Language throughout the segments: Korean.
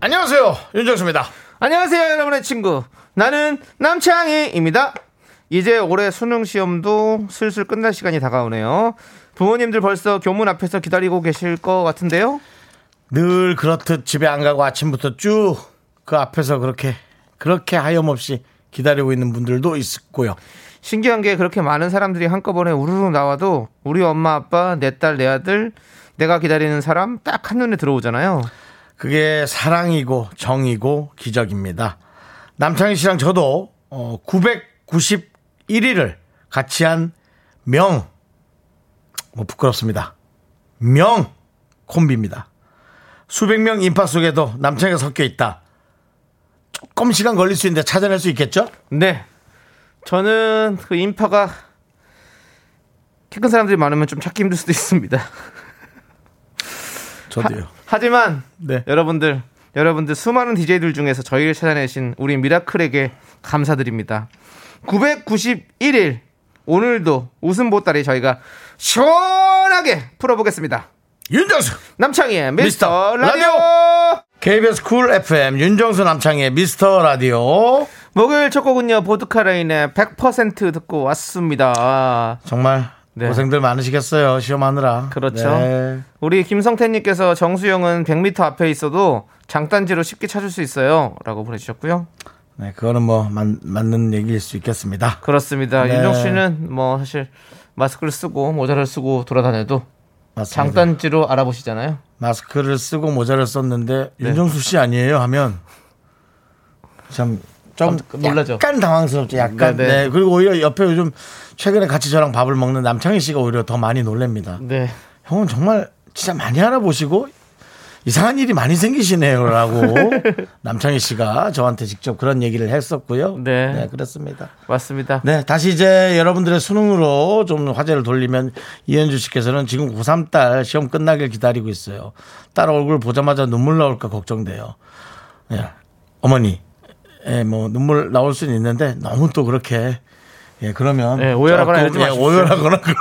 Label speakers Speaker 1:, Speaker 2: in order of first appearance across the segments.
Speaker 1: 안녕하세요 윤정수입니다
Speaker 2: 안녕하세요, 여러분의 친구. 나는 남창희입니다. 이제 올해 수능 시험도 슬슬 끝날 시간이 다가오네요. 부모님들 벌써 교문 앞에서 기다리고 계실 것 같은데요.
Speaker 1: 늘 그렇듯 집에 안 가고 아침부터 쭉 그 앞에서 그렇게 그렇게 하염없이 기다리고 있는 분들도 있고요
Speaker 2: 신기한 게 그렇게 많은 사람들이 한꺼번에 우르르 나와도 우리 엄마, 아빠, 내 딸, 내 아들, 내가 기다리는 사람 딱 한눈에 들어오잖아요.
Speaker 1: 그게 사랑이고 정이고 기적입니다 남창희 씨랑 저도 어, 991일을 같이 한명 뭐 부끄럽습니다 명 콤비입니다 수백 명 인파 속에도 남창희가 섞여 있다 조금 시간 걸릴 수 있는데 찾아낼 수 있겠죠?
Speaker 2: 네. 저는 그 인파가 키 큰 사람들이 많으면 좀 찾기 힘들 수도 있습니다.
Speaker 1: 저도요
Speaker 2: 하지만
Speaker 1: 네.
Speaker 2: 여러분들 여러분들 수많은 DJ들 중에서 저희를 찾아내신 우리 미라클에게 감사드립니다. 991일 오늘도 웃음 보따리 저희가 시원하게 풀어보겠습니다.
Speaker 1: 윤정수
Speaker 2: 남창희의
Speaker 1: 미스터
Speaker 2: 미스터 라디오.
Speaker 1: KBS 쿨 FM 윤정수 남창의 미스터 라디오
Speaker 2: 목요일 첫 곡은요 보드카라인의 100% 듣고 왔습니다.
Speaker 1: 정말
Speaker 2: 네.
Speaker 1: 고생들 많으시겠어요 시험하느라
Speaker 2: 그렇죠.
Speaker 1: 네.
Speaker 2: 우리 김성태님께서 정수영은 100m 앞에 있어도 장단지로 쉽게 찾을 수 있어요.라고 보내주셨고요.
Speaker 1: 네, 그거는 뭐 만- 맞는 얘기일 수 있겠습니다
Speaker 2: 그렇습니다.
Speaker 1: 네.
Speaker 2: 윤정 씨는 뭐 사실 마스크를 쓰고 모자를 쓰고 돌아다녀도
Speaker 1: 맞습니다.
Speaker 2: 장단지로 알아보시잖아요.
Speaker 1: 마스크를 쓰고 모자를 썼는데
Speaker 2: 네.
Speaker 1: 윤정수 씨 아니에요 하면 참 좀
Speaker 2: 깜짝 그 놀라죠.
Speaker 1: 약간 당황스럽죠. 약간 네,
Speaker 2: 네, 네.
Speaker 1: 그리고 오히려 옆에 요즘 최근에 같이 저랑 밥을 먹는 남창희 씨가 오히려 더 많이 놀랍니다.
Speaker 2: 네.
Speaker 1: 형은 정말 진짜 많이 알아보시고 이상한 일이 많이 생기시네요라고 남창희 씨가 저한테 직접 그런 얘기를 했었고요.
Speaker 2: 네.
Speaker 1: 그렇습니다.
Speaker 2: 맞습니다.
Speaker 1: 네, 다시 이제 여러분들의 수능으로 좀 화제를 돌리면 이현주 씨께서는 지금 고3 딸 시험 끝나길 기다리고 있어요. 딸 얼굴 보자마자 눈물 나올까 걱정돼요. 예, 어머니, 예, 뭐 눈물 나올 수는 있는데 너무 또 그렇게 예 그러면
Speaker 2: 예, 오열하거나 이러지
Speaker 1: 조금, 예,
Speaker 2: 마십시오.
Speaker 1: 오열하거나 그런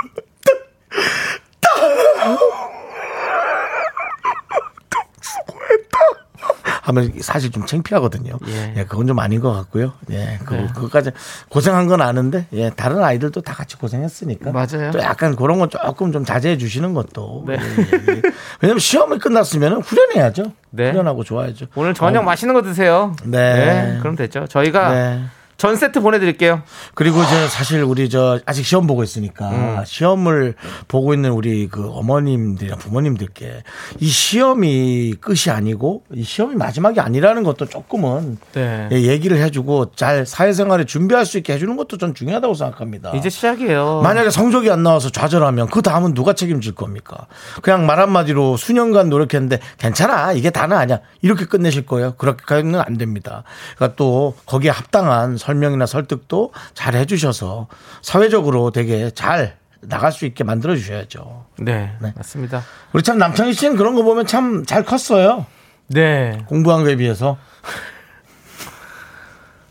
Speaker 1: 하면 사실 좀 창피하거든요.
Speaker 2: 예. 네.
Speaker 1: 예. 그건 좀 아닌 것 같고요. 예, 그, 그것까지 고생한 건 아는데, 예, 다른 아이들도 다 같이 고생했으니까.
Speaker 2: 맞아요.
Speaker 1: 또 약간 그런 건 조금 좀 자제해 주시는 것도.
Speaker 2: 네.
Speaker 1: 예, 예, 예. 왜냐면 시험이 끝났으면 후련해야죠.
Speaker 2: 네.
Speaker 1: 후련하고 좋아야죠.
Speaker 2: 오늘 저녁
Speaker 1: 어,
Speaker 2: 맛있는 거 드세요.
Speaker 1: 네.
Speaker 2: 그럼 됐죠. 저희가
Speaker 1: 네.
Speaker 2: 전 세트 보내드릴게요.
Speaker 1: 그리고 이제 사실 우리 저 아직 시험 보고 있으니까
Speaker 2: 음.
Speaker 1: 시험을 보고 있는 우리 그 어머님들이나 부모님들께 이 시험이 끝이 아니고 이 시험이 마지막이 아니라는 것도 조금은
Speaker 2: 네.
Speaker 1: 예, 얘기를 해주고 잘 사회생활에 준비할 수 있게 해주는 것도 전 중요하다고 생각합니다.
Speaker 2: 이제 시작이에요.
Speaker 1: 만약에 성적이 안 나와서 좌절하면 그 다음은 누가 책임질 겁니까? 그냥 말 한마디로 수년간 노력했는데 괜찮아 이게 다는 아니야 이렇게 끝내실 거예요? 그렇게는 안 됩니다. 그러니까 또 거기에 합당한 설명이나 설득도 잘 해주셔서 사회적으로 되게 잘 나갈 수 있게 만들어 주셔야죠.
Speaker 2: 네.
Speaker 1: 네.
Speaker 2: 맞습니다.
Speaker 1: 우리 참 남창희 씨는 그런 거 보면 참 잘 컸어요.
Speaker 2: 네.
Speaker 1: 공부한 거에 비해서.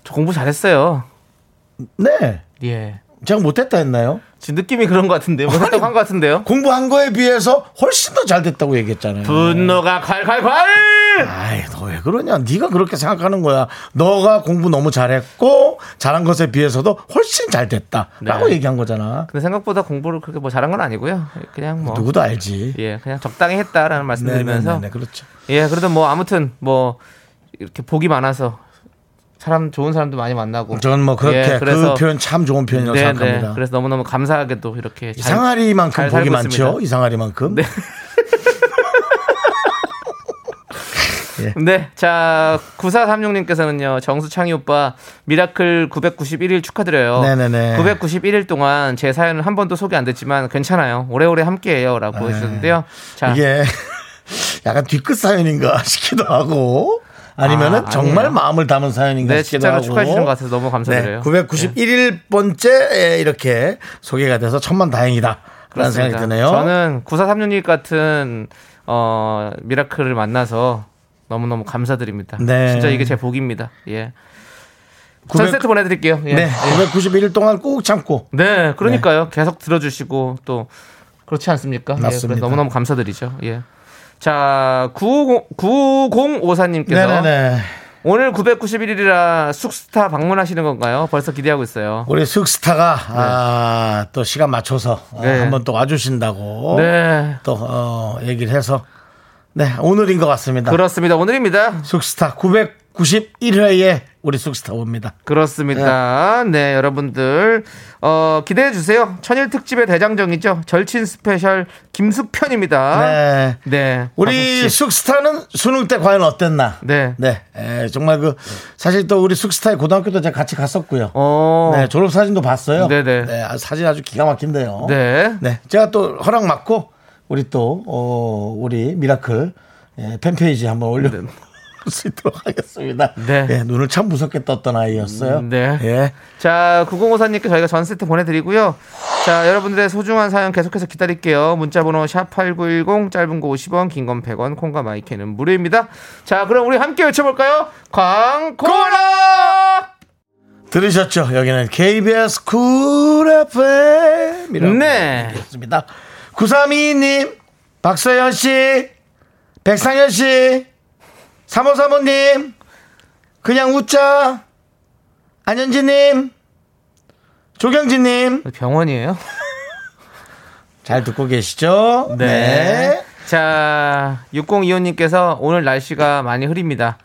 Speaker 2: 저 공부 잘했어요.
Speaker 1: 네.
Speaker 2: 예.
Speaker 1: 제가 못했다 했나요?
Speaker 2: 지금 느낌이 그런 것 같은데요. 뭐 했다고 한것 같은데요.
Speaker 1: 공부한 거에 비해서 훨씬 더 잘 됐다고 얘기했잖아요.
Speaker 2: 분노가 칼칼칼!
Speaker 1: 아이 너 왜 그러냐 네가 그렇게 생각하는 거야 너가 공부 너무 잘했고 잘한 것에 비해서도 훨씬 잘 됐다 라고
Speaker 2: 네.
Speaker 1: 얘기한 거잖아
Speaker 2: 근데 생각보다 공부를 그렇게 뭐 잘한 건 아니고요. 그냥 뭐.
Speaker 1: 누구도 알지
Speaker 2: 예, 그냥 적당히 했다라는 말씀 드리면서
Speaker 1: 네네네 그렇죠
Speaker 2: 예, 그래도 뭐 아무튼 뭐 이렇게 복이 많아서 사람 좋은 사람도 많이 만나고.
Speaker 1: 저는 뭐 그렇게
Speaker 2: 예,
Speaker 1: 그 표현 참 좋은 표현이라고
Speaker 2: 네, 네.
Speaker 1: 생각합니다
Speaker 2: 그래서 너무너무 감사하게도 이렇게 잘-
Speaker 1: 이상하리만큼
Speaker 2: 잘
Speaker 1: 복이
Speaker 2: 살고
Speaker 1: 많죠
Speaker 2: 있습니다.
Speaker 1: 이상하리만큼
Speaker 2: 네. 네. 자, 9436님께서는요. 정수창희 오빠 미라클 991일 축하드려요.
Speaker 1: 네네네.
Speaker 2: 991일 동안 제 사연은 한 번도 소개 안 됐지만 괜찮아요. 오래오래
Speaker 1: 아,
Speaker 2: 함께해요라고
Speaker 1: 네.
Speaker 2: 해 주셨는데요. 자,
Speaker 1: 이게 약간 뒤끝 사연인가 싶기도 하고 아니면은
Speaker 2: 아,
Speaker 1: 정말
Speaker 2: 아니에요.
Speaker 1: 마음을 담은 사연인 것
Speaker 2: 네,
Speaker 1: 같기도
Speaker 2: 진짜로
Speaker 1: 하고.
Speaker 2: 축하해 주시는 것 같아서 너무 감사드려요.
Speaker 1: 네, 991번째 이렇게 소개가 돼서 천만 다행이다. 라는 생각이
Speaker 2: 그렇습니다.
Speaker 1: 드네요.
Speaker 2: 저는 9436 같은 어, 미라클을 만나서 너무너무 감사드립니다.
Speaker 1: 네.
Speaker 2: 진짜 이게 제 복입니다. 예. 전
Speaker 1: 900
Speaker 2: 세트 보내드릴게요. 예.
Speaker 1: 네, 991일 동안 꾹 참고
Speaker 2: 네, 그러니까요. 계속 들어주시고 또 그렇지 않습니까? 예, 그래서
Speaker 1: 맞습니다.
Speaker 2: 너무너무 감사드리죠. 예. 자, 950, 9054님께서
Speaker 1: 네네네.
Speaker 2: 오늘 991일이라 숙스타 방문하시는 건가요? 벌써 기대하고 있어요.
Speaker 1: 우리 슥스타가 아, 또 시간 맞춰서 아,
Speaker 2: 네.
Speaker 1: 한번 또 와주신다고
Speaker 2: 네.
Speaker 1: 또 어, 얘기를 해서 네 오늘인 것 같습니다.
Speaker 2: 그렇습니다. 오늘입니다.
Speaker 1: 쑥스타 991회에 우리 쑥스타 옵니다.
Speaker 2: 그렇습니다. 네, 여러분들 어, 기대해 주세요. 천일 특집의 대장정이죠. 절친 스페셜 김숙편입니다.
Speaker 1: 네.
Speaker 2: 네.
Speaker 1: 우리
Speaker 2: 다섯 시.
Speaker 1: 쑥스타는 수능 때 과연 어땠나?
Speaker 2: 네.
Speaker 1: 에, 정말 그 사실 또 우리 쑥스타의 고등학교도 제가 같이 갔었고요.
Speaker 2: 어.
Speaker 1: 네, 졸업 사진도 봤어요.
Speaker 2: 네네.
Speaker 1: 아, 사진 아주 기가 막힌데요.
Speaker 2: 네.
Speaker 1: 네, 제가 또 허락 받고 우리 또 어, 우리 미라클 예, 팬페이지 한번 올려 볼수 있도록 하겠습니다.
Speaker 2: 네.
Speaker 1: 예, 눈을 참 무섭게 떴던 아이였어요.
Speaker 2: 음, 네.
Speaker 1: 예.
Speaker 2: 자, 9054님께 저희가 전 세트 보내드리고요. 자, 여러분들의 소중한 사연 계속해서 기다릴게요. 문자번호 샵8910, 짧은 거 50원, 긴 건 100원, 콩과 마이크는 무료입니다. 자, 그럼 우리 함께 외쳐볼까요? 광고라!
Speaker 1: 들으셨죠? 여기는 KBS 쿨 FM.
Speaker 2: 네.
Speaker 1: 습니다 9322님, 박서연 씨, 백상현 씨, 3535님, 그냥 웃자, 안현지님, 조경진님,
Speaker 2: 병원이에요?
Speaker 1: 잘 듣고 계시죠?
Speaker 2: 네.
Speaker 1: 네.
Speaker 2: 자, 6025님께서 오늘 날씨가 많이 흐립니다.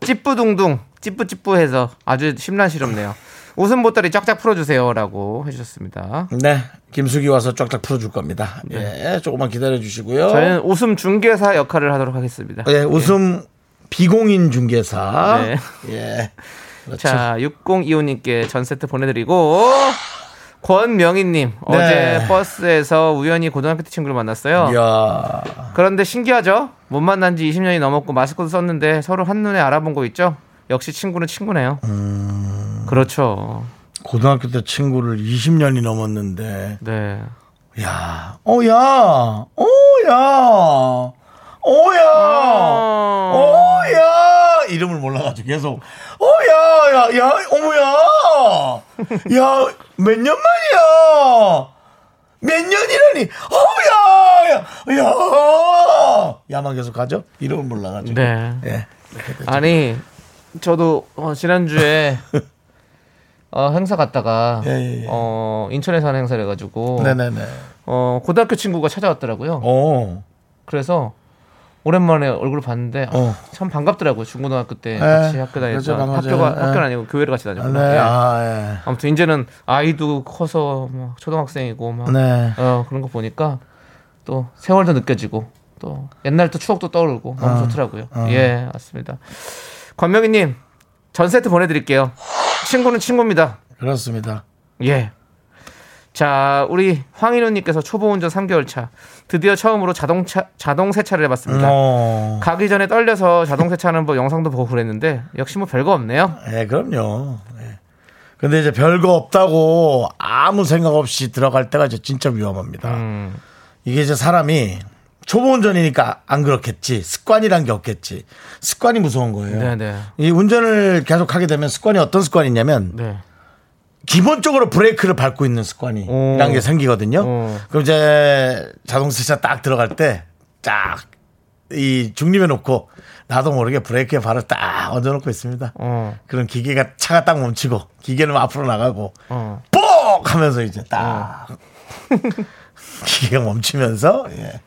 Speaker 2: 찌뿌둥둥, 찌뿌찌뿌해서 아주 심란시럽네요. 웃음 보따리 쫙쫙 풀어주세요라고 해주셨습니다.
Speaker 1: 네. 김숙이 와서 쫙쫙 풀어줄 겁니다. 예, 조금만 기다려 주시고요.
Speaker 2: 저희는 웃음 중개사 역할을 하도록 하겠습니다.
Speaker 1: 예, 웃음 비공인 중개사.
Speaker 2: 네.
Speaker 1: 예. 그렇죠.
Speaker 2: 자, 6025님께 전 세트 보내드리고,
Speaker 1: 네.
Speaker 2: 권명희님, 어제 버스에서 우연히 고등학교 때 친구를 만났어요.
Speaker 1: 이야.
Speaker 2: 그런데 신기하죠? 못 만난 지 20년이 넘었고 마스크도 썼는데 서로 한눈에 알아본 거 있죠? 역시 친구는 친구네요.
Speaker 1: 음.
Speaker 2: 그렇죠.
Speaker 1: 고등학교 때 친구를 20년이 넘었는데,
Speaker 2: 네.
Speaker 1: 야, 어, 야, 어, 야, 어, 야,
Speaker 2: 어.
Speaker 1: 어, 야, 이름을 몰라가지고 계속, 어, 야, 야, 야, 어머야, 야, 몇 년 만이야, 몇 년이라니, 어, 야, 야, 야, 야만 계속 가죠? 이름을 몰라가지고.
Speaker 2: 네.
Speaker 1: 예.
Speaker 2: 아니, 저도 어, 지난주에 어, 행사 갔다가
Speaker 1: 예, 예, 예.
Speaker 2: 어, 인천에서 하는 행사를 해가지고
Speaker 1: 네네네.
Speaker 2: 어, 고등학교 친구가 찾아왔더라고요.
Speaker 1: 어.
Speaker 2: 그래서 오랜만에 얼굴 봤는데 아,
Speaker 1: 어.
Speaker 2: 참 반갑더라고요. 중고등학교 때 같이 학교
Speaker 1: 그렇죠,
Speaker 2: 다녔던
Speaker 1: 반가워요.
Speaker 2: 학교가
Speaker 1: 예.
Speaker 2: 학교는 아니고 교회를 같이 다녔구나.
Speaker 1: 네,
Speaker 2: 예.
Speaker 1: 아,
Speaker 2: 아무튼 이제는 아이도 커서 막 초등학생이고 막
Speaker 1: 예. 네.
Speaker 2: 어, 그런 거 보니까 또 세월도 느껴지고 또 옛날 또 추억도 떠오르고
Speaker 1: 아,
Speaker 2: 너무 좋더라고요. 예, 맞습니다. 권명희님 전 세트 보내드릴게요. 친구는 친구입니다.
Speaker 1: 그렇습니다.
Speaker 2: 예. 자, 우리 황인우님께서 초보 운전 3개월 차 드디어 처음으로 자동차 자동 세차를 해봤습니다.
Speaker 1: 어.
Speaker 2: 가기 전에 떨려서 자동 세차하는 법 영상도 보고 그랬는데 역시 뭐 별거 없네요.
Speaker 1: 예, 그럼요. 예. 근데 이제 별거 없다고 아무 생각 없이 들어갈 때가 이제 진짜 위험합니다.
Speaker 2: 음,
Speaker 1: 이게 이제 사람이 초보 운전이니까 안 그렇겠지. 습관이란 게 없겠지. 습관이 무서운 거예요.
Speaker 2: 네, 네,
Speaker 1: 이 운전을 계속 하게 되면 습관이 어떤 습관이냐면
Speaker 2: 네.
Speaker 1: 기본적으로 브레이크를 밟고 있는 습관이란
Speaker 2: 오.
Speaker 1: 게 생기거든요.
Speaker 2: 오.
Speaker 1: 그럼 이제 자동세차 딱 들어갈 때쫙이 중립에 놓고 나도 모르게 브레이크에 발을 딱 얹어놓고 있습니다.
Speaker 2: 어,
Speaker 1: 그럼 기계가 차가 딱 멈추고 기계는 앞으로 나가고
Speaker 2: 어.
Speaker 1: 뽁 하면서 이제 딱 기계가 멈추면서 예,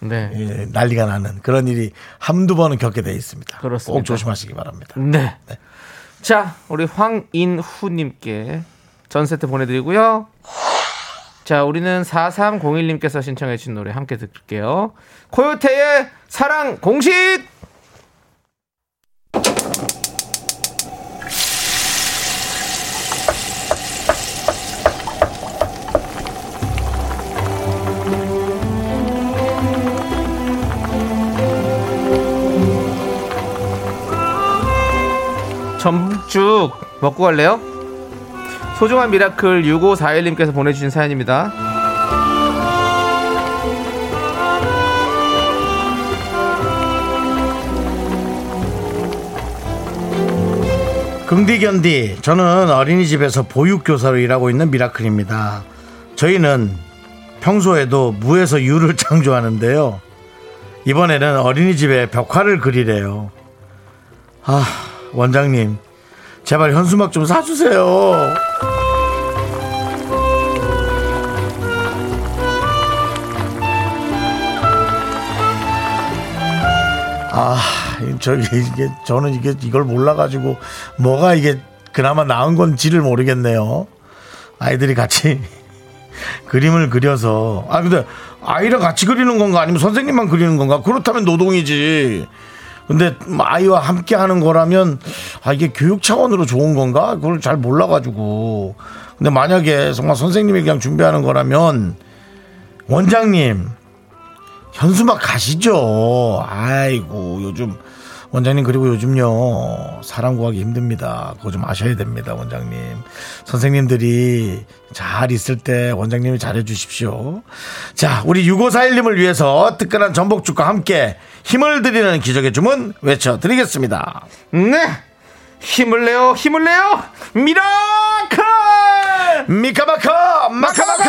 Speaker 2: 네.
Speaker 1: 예, 난리가 나는 그런 일이 한두 번은 겪게 돼 있습니다.
Speaker 2: 그렇습니다.
Speaker 1: 꼭 조심하시기 바랍니다.
Speaker 2: 네. 자, 우리 황인후님께 전 세트 보내드리고요. 자, 우리는 4301님께서 신청해주신 노래 함께 들을게요. 코요태의 사랑 공식! 전북죽 먹고 갈래요? 소중한 미라클 6541님께서 보내주신 사연입니다.
Speaker 1: 긍디견디 저는 어린이집에서 보육교사로 일하고 있는 미라클입니다 저희는 평소에도 무에서 유를 창조하는데요 이번에는 어린이집에 벽화를 그리래요 아 원장님 제발 현수막 좀 사주세요 아, 저기 이게 저는 이게 이걸 몰라가지고 뭐가 이게 그나마 나은 건지를 모르겠네요. 아이들이 같이 그림을 그려서 아 근데 아이랑 같이 그리는 건가 아니면 선생님만 그리는 건가 그렇다면 노동이지. 근데 아이와 함께 하는 거라면 아 이게 교육 차원으로 좋은 건가 그걸 잘 몰라가지고 근데 만약에 정말 선생님이 그냥 준비하는 거라면 원장님 현수막 가시죠. 아이고 요즘 원장님 그리고 요즘요 사람 구하기 힘듭니다. 그거 좀 아셔야 됩니다, 원장님. 선생님들이 잘 있을 때 원장님이 잘해 주십시오. 자, 우리 6541님을 위해서 특별한 전복죽과 함께 힘을 드리는 기적의 주문 외쳐 드리겠습니다.
Speaker 2: 네! 힘을 내요, 힘을 내요! 미라클!
Speaker 1: 미카마카 마카마카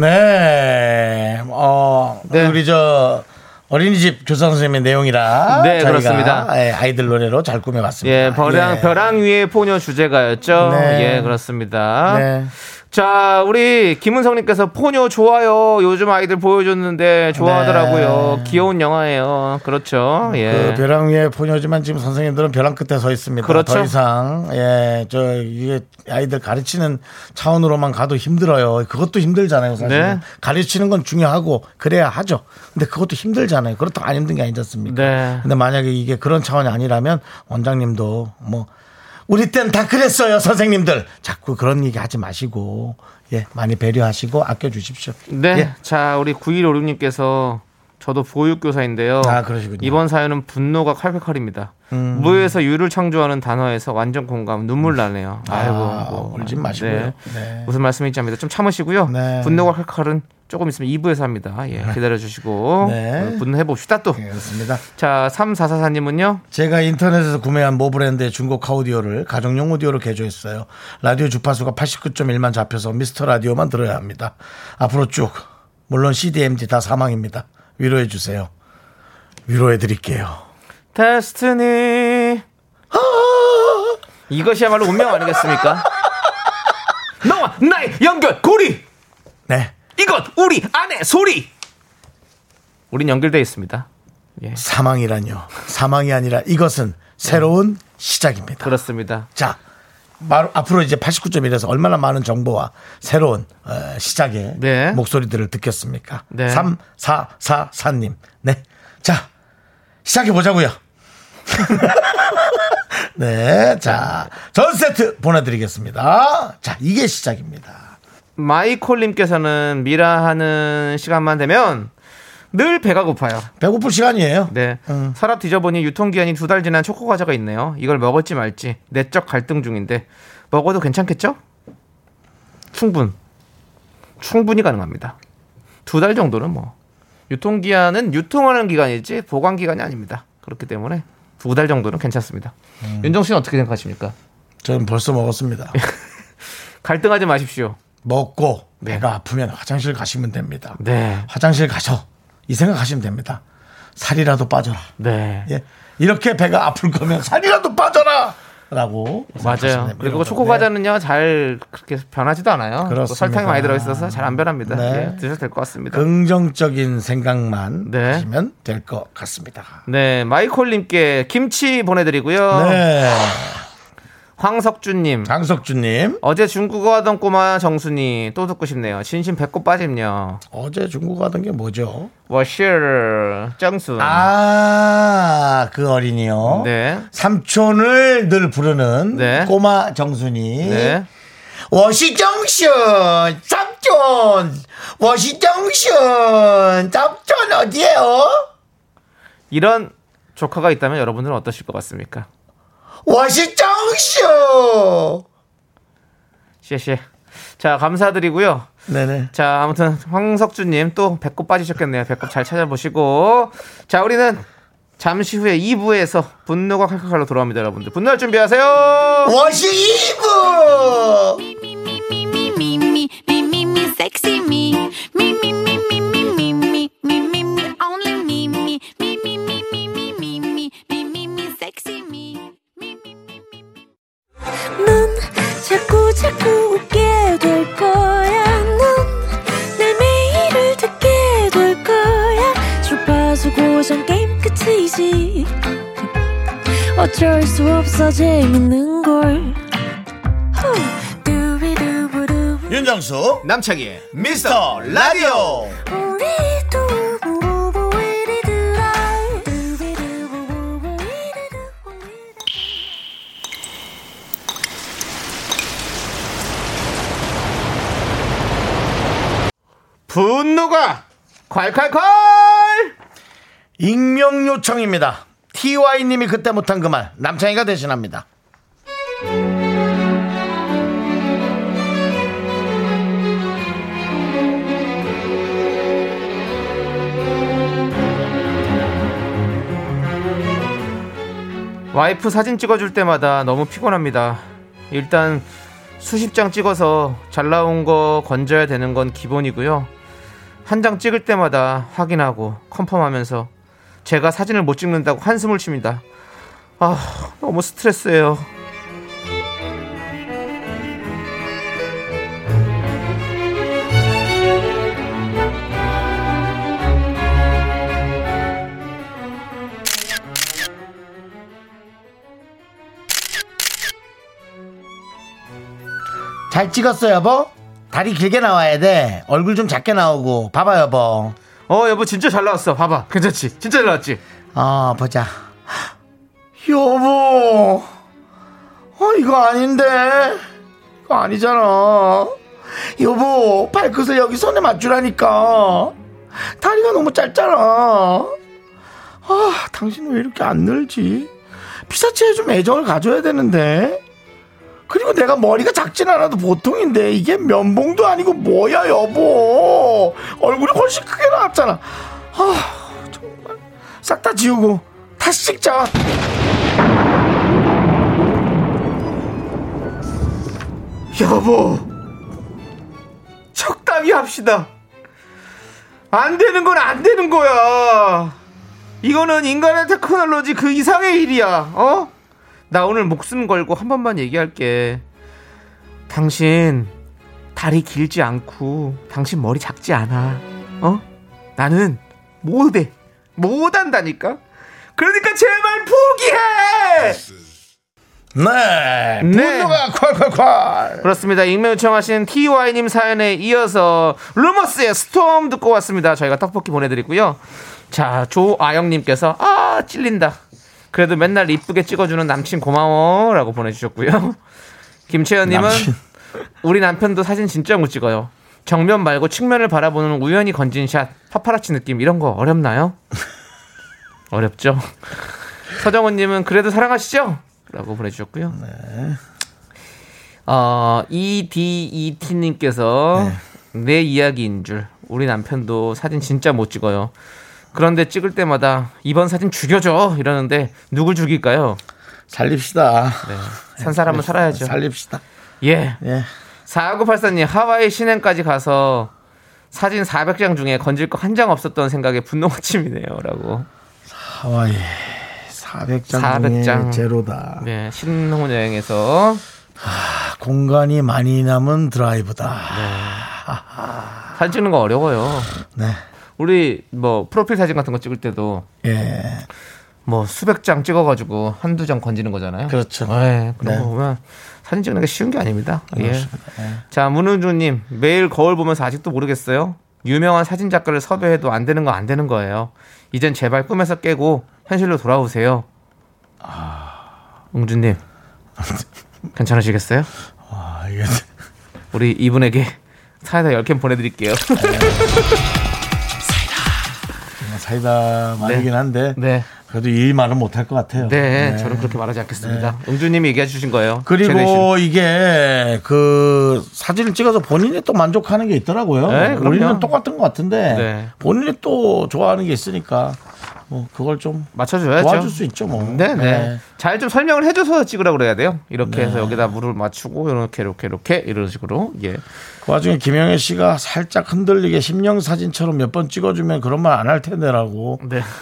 Speaker 1: 네. 어,
Speaker 2: 네.
Speaker 1: 우리 저 어린이집 교사 선생님의 내용이라
Speaker 2: 네,
Speaker 1: 저희가
Speaker 2: 그렇습니다.
Speaker 1: 예, 아이들 노래로 잘 꾸며 봤습니다.
Speaker 2: 예, 벼랑, 벼랑 위의 포뇨 주제가였죠.
Speaker 1: 네.
Speaker 2: 예, 그렇습니다.
Speaker 1: 네.
Speaker 2: 자, 우리 김은성님께서 포뇨 좋아요. 요즘 아이들 보여줬는데 좋아하더라고요.
Speaker 1: 네.
Speaker 2: 귀여운 영화예요. 그렇죠. 예.
Speaker 1: 그 벼랑 위에 포뇨지만 지금 선생님들은 벼랑 끝에 서 있습니다.
Speaker 2: 그렇죠.
Speaker 1: 더 이상 예, 저 이게 아이들 가르치는 차원으로만 가도 힘들어요. 그것도 힘들잖아요, 사실.
Speaker 2: 네.
Speaker 1: 은 가르치는 건 중요하고 그래야 하죠. 근데 그것도 힘들잖아요. 그렇다고 안 힘든 게 아니지 않습니까?
Speaker 2: 네.
Speaker 1: 근데 만약에 이게 그런 차원이 아니라면 원장님도 뭐 우리 땐 다 그랬어요, 선생님들. 자꾸 그런 얘기 하지 마시고 예, 많이 배려하시고 아껴 주십시오.
Speaker 2: 네. 자, 우리 9156님께서 저도 보육교사인데요.
Speaker 1: 아, 그러시군요. 음.
Speaker 2: 이번 사연은 분노가 칼칼칼입니다. 무에서 유를 창조하는 단어에서 완전 공감, 눈물 나네요. 아이고. 뭐.
Speaker 1: 울지 마시고요. 네.
Speaker 2: 무슨 말씀인지 압니다. 좀 참으시고요.
Speaker 1: 네.
Speaker 2: 분노가 칼칼은 조금 있으면 2부에서 합니다. 예, 기다려주시고.
Speaker 1: 네.
Speaker 2: 어, 분노해봅시다 또.
Speaker 1: 예, 그렇습니다.
Speaker 2: 자, 3444님은요.
Speaker 1: 제가 인터넷에서 구매한 모 브랜드의 중고 카오디오를 가정용 오디오로 개조했어요. 라디오 주파수가 89.1만 잡혀서 미스터 라디오만 들어야 합니다. 앞으로 쭉 물론 CDMD 다 사망입니다. 위로해 주세요. 위로해 드릴게요.
Speaker 2: 데스티니 아! 이것이야말로 운명 아니겠습니까? 너와 나의 연결 고리
Speaker 1: 네.
Speaker 2: 이건 우리 안의 소리 우린 연결돼 있습니다
Speaker 1: 사망이라뇨. 사망이 아니라 이것은 새로운 시작입니다.
Speaker 2: 그렇습니다
Speaker 1: 자, 말- 앞으로 이제 89.1에서 얼마나 많은 정보와 새로운 어, 시작의
Speaker 2: 네.
Speaker 1: 목소리들을 듣겠습니까?
Speaker 2: 네.
Speaker 1: 3444님. 네. 자, 시작해 보자고요. 네. 자, 전 세트 보내드리겠습니다. 자, 이게 시작입니다.
Speaker 2: 마이콜님께서는 미라 하는 시간만 되면 늘 배가 고파요
Speaker 1: 배고플 시간이에요.
Speaker 2: 네
Speaker 1: 어.
Speaker 2: 서랍 뒤져보니 유통기한이 두 달 지난 초코 과자가 있네요 이걸 먹을지 말지 내적 갈등 중인데 먹어도 괜찮겠죠? 충분 충분히 가능합니다. 두 달 정도는 뭐 유통 기한은 유통하는 기간이지 보관 기간이 아닙니다. 그렇기 때문에 두 달 정도는 괜찮습니다.
Speaker 1: 음.
Speaker 2: 윤정 씨는 어떻게 생각하십니까?
Speaker 1: 저는 벌써 먹었습니다.
Speaker 2: 갈등하지 마십시오.
Speaker 1: 먹고
Speaker 2: 네.
Speaker 1: 배가 아프면 화장실 가시면 됩니다.
Speaker 2: 네,
Speaker 1: 화장실 가서 이 생각하시면 됩니다. 살이라도 빠져라.
Speaker 2: 네,
Speaker 1: 예. 이렇게 배가 아플 거면 살이라도 빠져라! 라고. 생각하시면
Speaker 2: 맞아요.
Speaker 1: 됩니다.
Speaker 2: 그리고 초코
Speaker 1: 네.
Speaker 2: 과자는요 잘 그렇게 변하지도 않아요. 또
Speaker 1: 그렇습니다.
Speaker 2: 설탕이 많이 들어 있어서 잘 안 변합니다.
Speaker 1: 네.
Speaker 2: 예, 드셔도 될 것 같습니다.
Speaker 1: 긍정적인 생각만
Speaker 2: 네.
Speaker 1: 하시면 될 것 같습니다.
Speaker 2: 네, 마이콜님께 김치 보내드리고요.
Speaker 1: 네.
Speaker 2: 황석준님.
Speaker 1: 장석주님.
Speaker 2: 어제 중국어 하던 꼬마 정순이 또 듣고 싶네요. 진심 배꼽 빠짐요.
Speaker 1: 어제 중국 하던 게 뭐죠?
Speaker 2: 워셔 정순.
Speaker 1: 아, 그 어린이요.
Speaker 2: 네.
Speaker 1: 삼촌을 늘 부르는
Speaker 2: 네.
Speaker 1: 꼬마 정순이.
Speaker 2: 네.
Speaker 1: 워시정션 삼촌 워시정션 삼촌 어디에요?
Speaker 2: 이런 조카가 있다면 여러분들은 어떠실 것 같습니까?
Speaker 1: 워시정쇼!
Speaker 2: 씨씨. 자, 감사드리고요.
Speaker 1: 네네.
Speaker 2: 자, 아무튼 황석주님 또 배꼽 빠지셨겠네요. 배꼽 잘 찾아보시고. 자, 우리는 잠시 후에 2부에서 분노가 칼칼칼로 돌아옵니다, 여러분들. 분노할 준비하세요.
Speaker 1: 워시 이브!
Speaker 3: me, me, me, me, me, sexy me. Me, me, me, me, me, me, me, me, me, me, only me, me, me, me, me, me, me, me, me, me, me, me, sexy me. Me, me, me, me, me.
Speaker 4: 넌 자꾸 자꾸 웃게 될 거야. 넌내 매일을 듣게 될 거야. 주파수 고정 게임 끝이지. 어쩔 수 없어 재밌는 걸. 후. 두비두부두.
Speaker 1: 윤정수,
Speaker 2: 남창희의
Speaker 1: 미스터 라디오!
Speaker 4: 우리 두부부부 우리 두라. 두비두부부부 우리 두부 우리 두라.
Speaker 2: 분노가 콸콸콸!
Speaker 1: 익명 요청입니다. TY님이 그때 못한 그 말, 남창희가 대신합니다.
Speaker 2: 와이프 사진 찍어줄 때마다 너무 피곤합니다. 일단 수십 장 찍어서 잘 나온 거 건져야 되는 건 기본이고요. 한 장 찍을 때마다 확인하고 컨펌하면서 제가 사진을 못 찍는다고 한숨을 칩니다. 아, 너무 스트레스예요.
Speaker 1: 잘 찍었어, 여보? 다리 길게 나와야 돼. 얼굴 좀 작게 나오고. 봐봐, 여보.
Speaker 2: 어, 여보 진짜 잘 나왔어. 봐봐. 괜찮지? 진짜 잘 나왔지?
Speaker 1: 어, 보자. 여보. 어, 이거 아닌데. 이거 아니잖아. 여보, 발끝을 여기 손에 맞추라니까. 다리가 너무 짧잖아. 아, 당신 왜 이렇게 안 늘지? 피사체에 좀 애정을 가져야 되는데. 그리고 내가 머리가 작진 않아도 보통인데 이게 면봉도 아니고 뭐야 여보 얼굴이 훨씬 크게 나왔잖아 아 정말 싹 다 지우고 다시 찍자
Speaker 2: 여보, 적당히 합시다. 안 되는 건 안 되는 거야. 이거는 인간의 테크놀로지 그 이상의 일이야. 어? 나 오늘 목숨 걸고 한 번만 얘기할게. 당신 다리 길지 않고 당신 머리 작지 않아. 어? 나는 못해. 못한다니까. 그러니까 제발 포기해.
Speaker 1: 네
Speaker 2: 네.
Speaker 1: 분노가 콸콸콸
Speaker 2: 그렇습니다. 익명 요청하신 TY님 사연에 이어서 루머스의 스톰 듣고 왔습니다. 저희가 떡볶이 보내드리고요. 자, 조아영님께서 아 찔린다. 그래도 맨날 이쁘게 찍어주는 남친 고마워라고 보내주셨고요. 김채연님은
Speaker 1: 남친.
Speaker 2: 우리 남편도 사진 진짜 못 찍어요. 정면 말고 측면을 바라보는 우연히 건진 샷, 파파라치 느낌 이런 거 어렵나요? 어렵죠. 서정훈님은 그래도 사랑하시죠? 라고 보내주셨고요. 어, EDET님께서
Speaker 1: 네.
Speaker 2: 내 이야기인 줄 우리 남편도 사진 진짜 못 찍어요. 그런데 찍을 때마다 이번 사진 죽여줘 이러는데 누굴 죽일까요?
Speaker 1: 살립시다
Speaker 2: 네. 산 사람은 살아야죠.
Speaker 1: 살립시다
Speaker 2: 예.
Speaker 1: 예
Speaker 2: 4984님 하와이 신행까지 가서 사진 400장 중에 건질 거 한 장 없었던 생각에 분노가 침이네요라고.
Speaker 1: 하와이 400장
Speaker 2: 400장.
Speaker 1: 중에 제로다
Speaker 2: 네, 신혼 여행에서
Speaker 1: 공간이 많이 남은 드라이브다
Speaker 2: 사진 찍는 거 어려워요.
Speaker 1: 네.
Speaker 2: 우리 뭐 프로필 사진 같은 거 찍을 때도
Speaker 1: 네예
Speaker 2: 뭐 수백 장 찍어가지고 한두 장 건지는 거잖아요.
Speaker 1: 그렇죠.
Speaker 2: 네, 그런
Speaker 1: 네.
Speaker 2: 거 보면 사진 찍는 게 쉬운 게 아닙니다. 예. 자, 문은주님 매일 거울 보면서 아직도 모르겠어요. 유명한 사진 작가를 섭외해도 안 되는 거 안 되는 거예요. 이젠 제발 꿈에서 깨고 현실로 돌아오세요. 웅주님 괜찮으시겠어요?
Speaker 1: 아, 이게
Speaker 2: 우리 이분에게 사이다 10캔 보내드릴게요.
Speaker 1: 사이다 말이긴 한데
Speaker 2: 네.
Speaker 1: 그래도 이 말은 못할 것 같아요.
Speaker 2: 네, 저는 그렇게 말하지 않겠습니다. 음주님이 얘기해 주신 거예요. 제네신.
Speaker 1: 네. 그리고 이게 그 사진을 찍어서 본인이 또 만족하는 게 있더라고요.
Speaker 2: 네, 그럼요.
Speaker 1: 우리는 똑같은 것 같은데
Speaker 2: 네.
Speaker 1: 본인이 또 좋아하는 게 있으니까 뭐 그걸 좀
Speaker 2: 맞춰줘야죠.
Speaker 1: 도와줄 수 있죠 뭐.
Speaker 2: 네, 네.
Speaker 1: 네.
Speaker 2: 잘 좀 설명을 해줘서 찍으라고 그래야 돼요. 이렇게 해서 여기다 물을 맞추고 이렇게 이렇게 이렇게 이런 식으로 예.
Speaker 1: 그 와중에 김영애 씨가 살짝 흔들리게 심령 사진처럼 몇 번 찍어주면 그런 말 안 할 텐데라고.
Speaker 2: 네.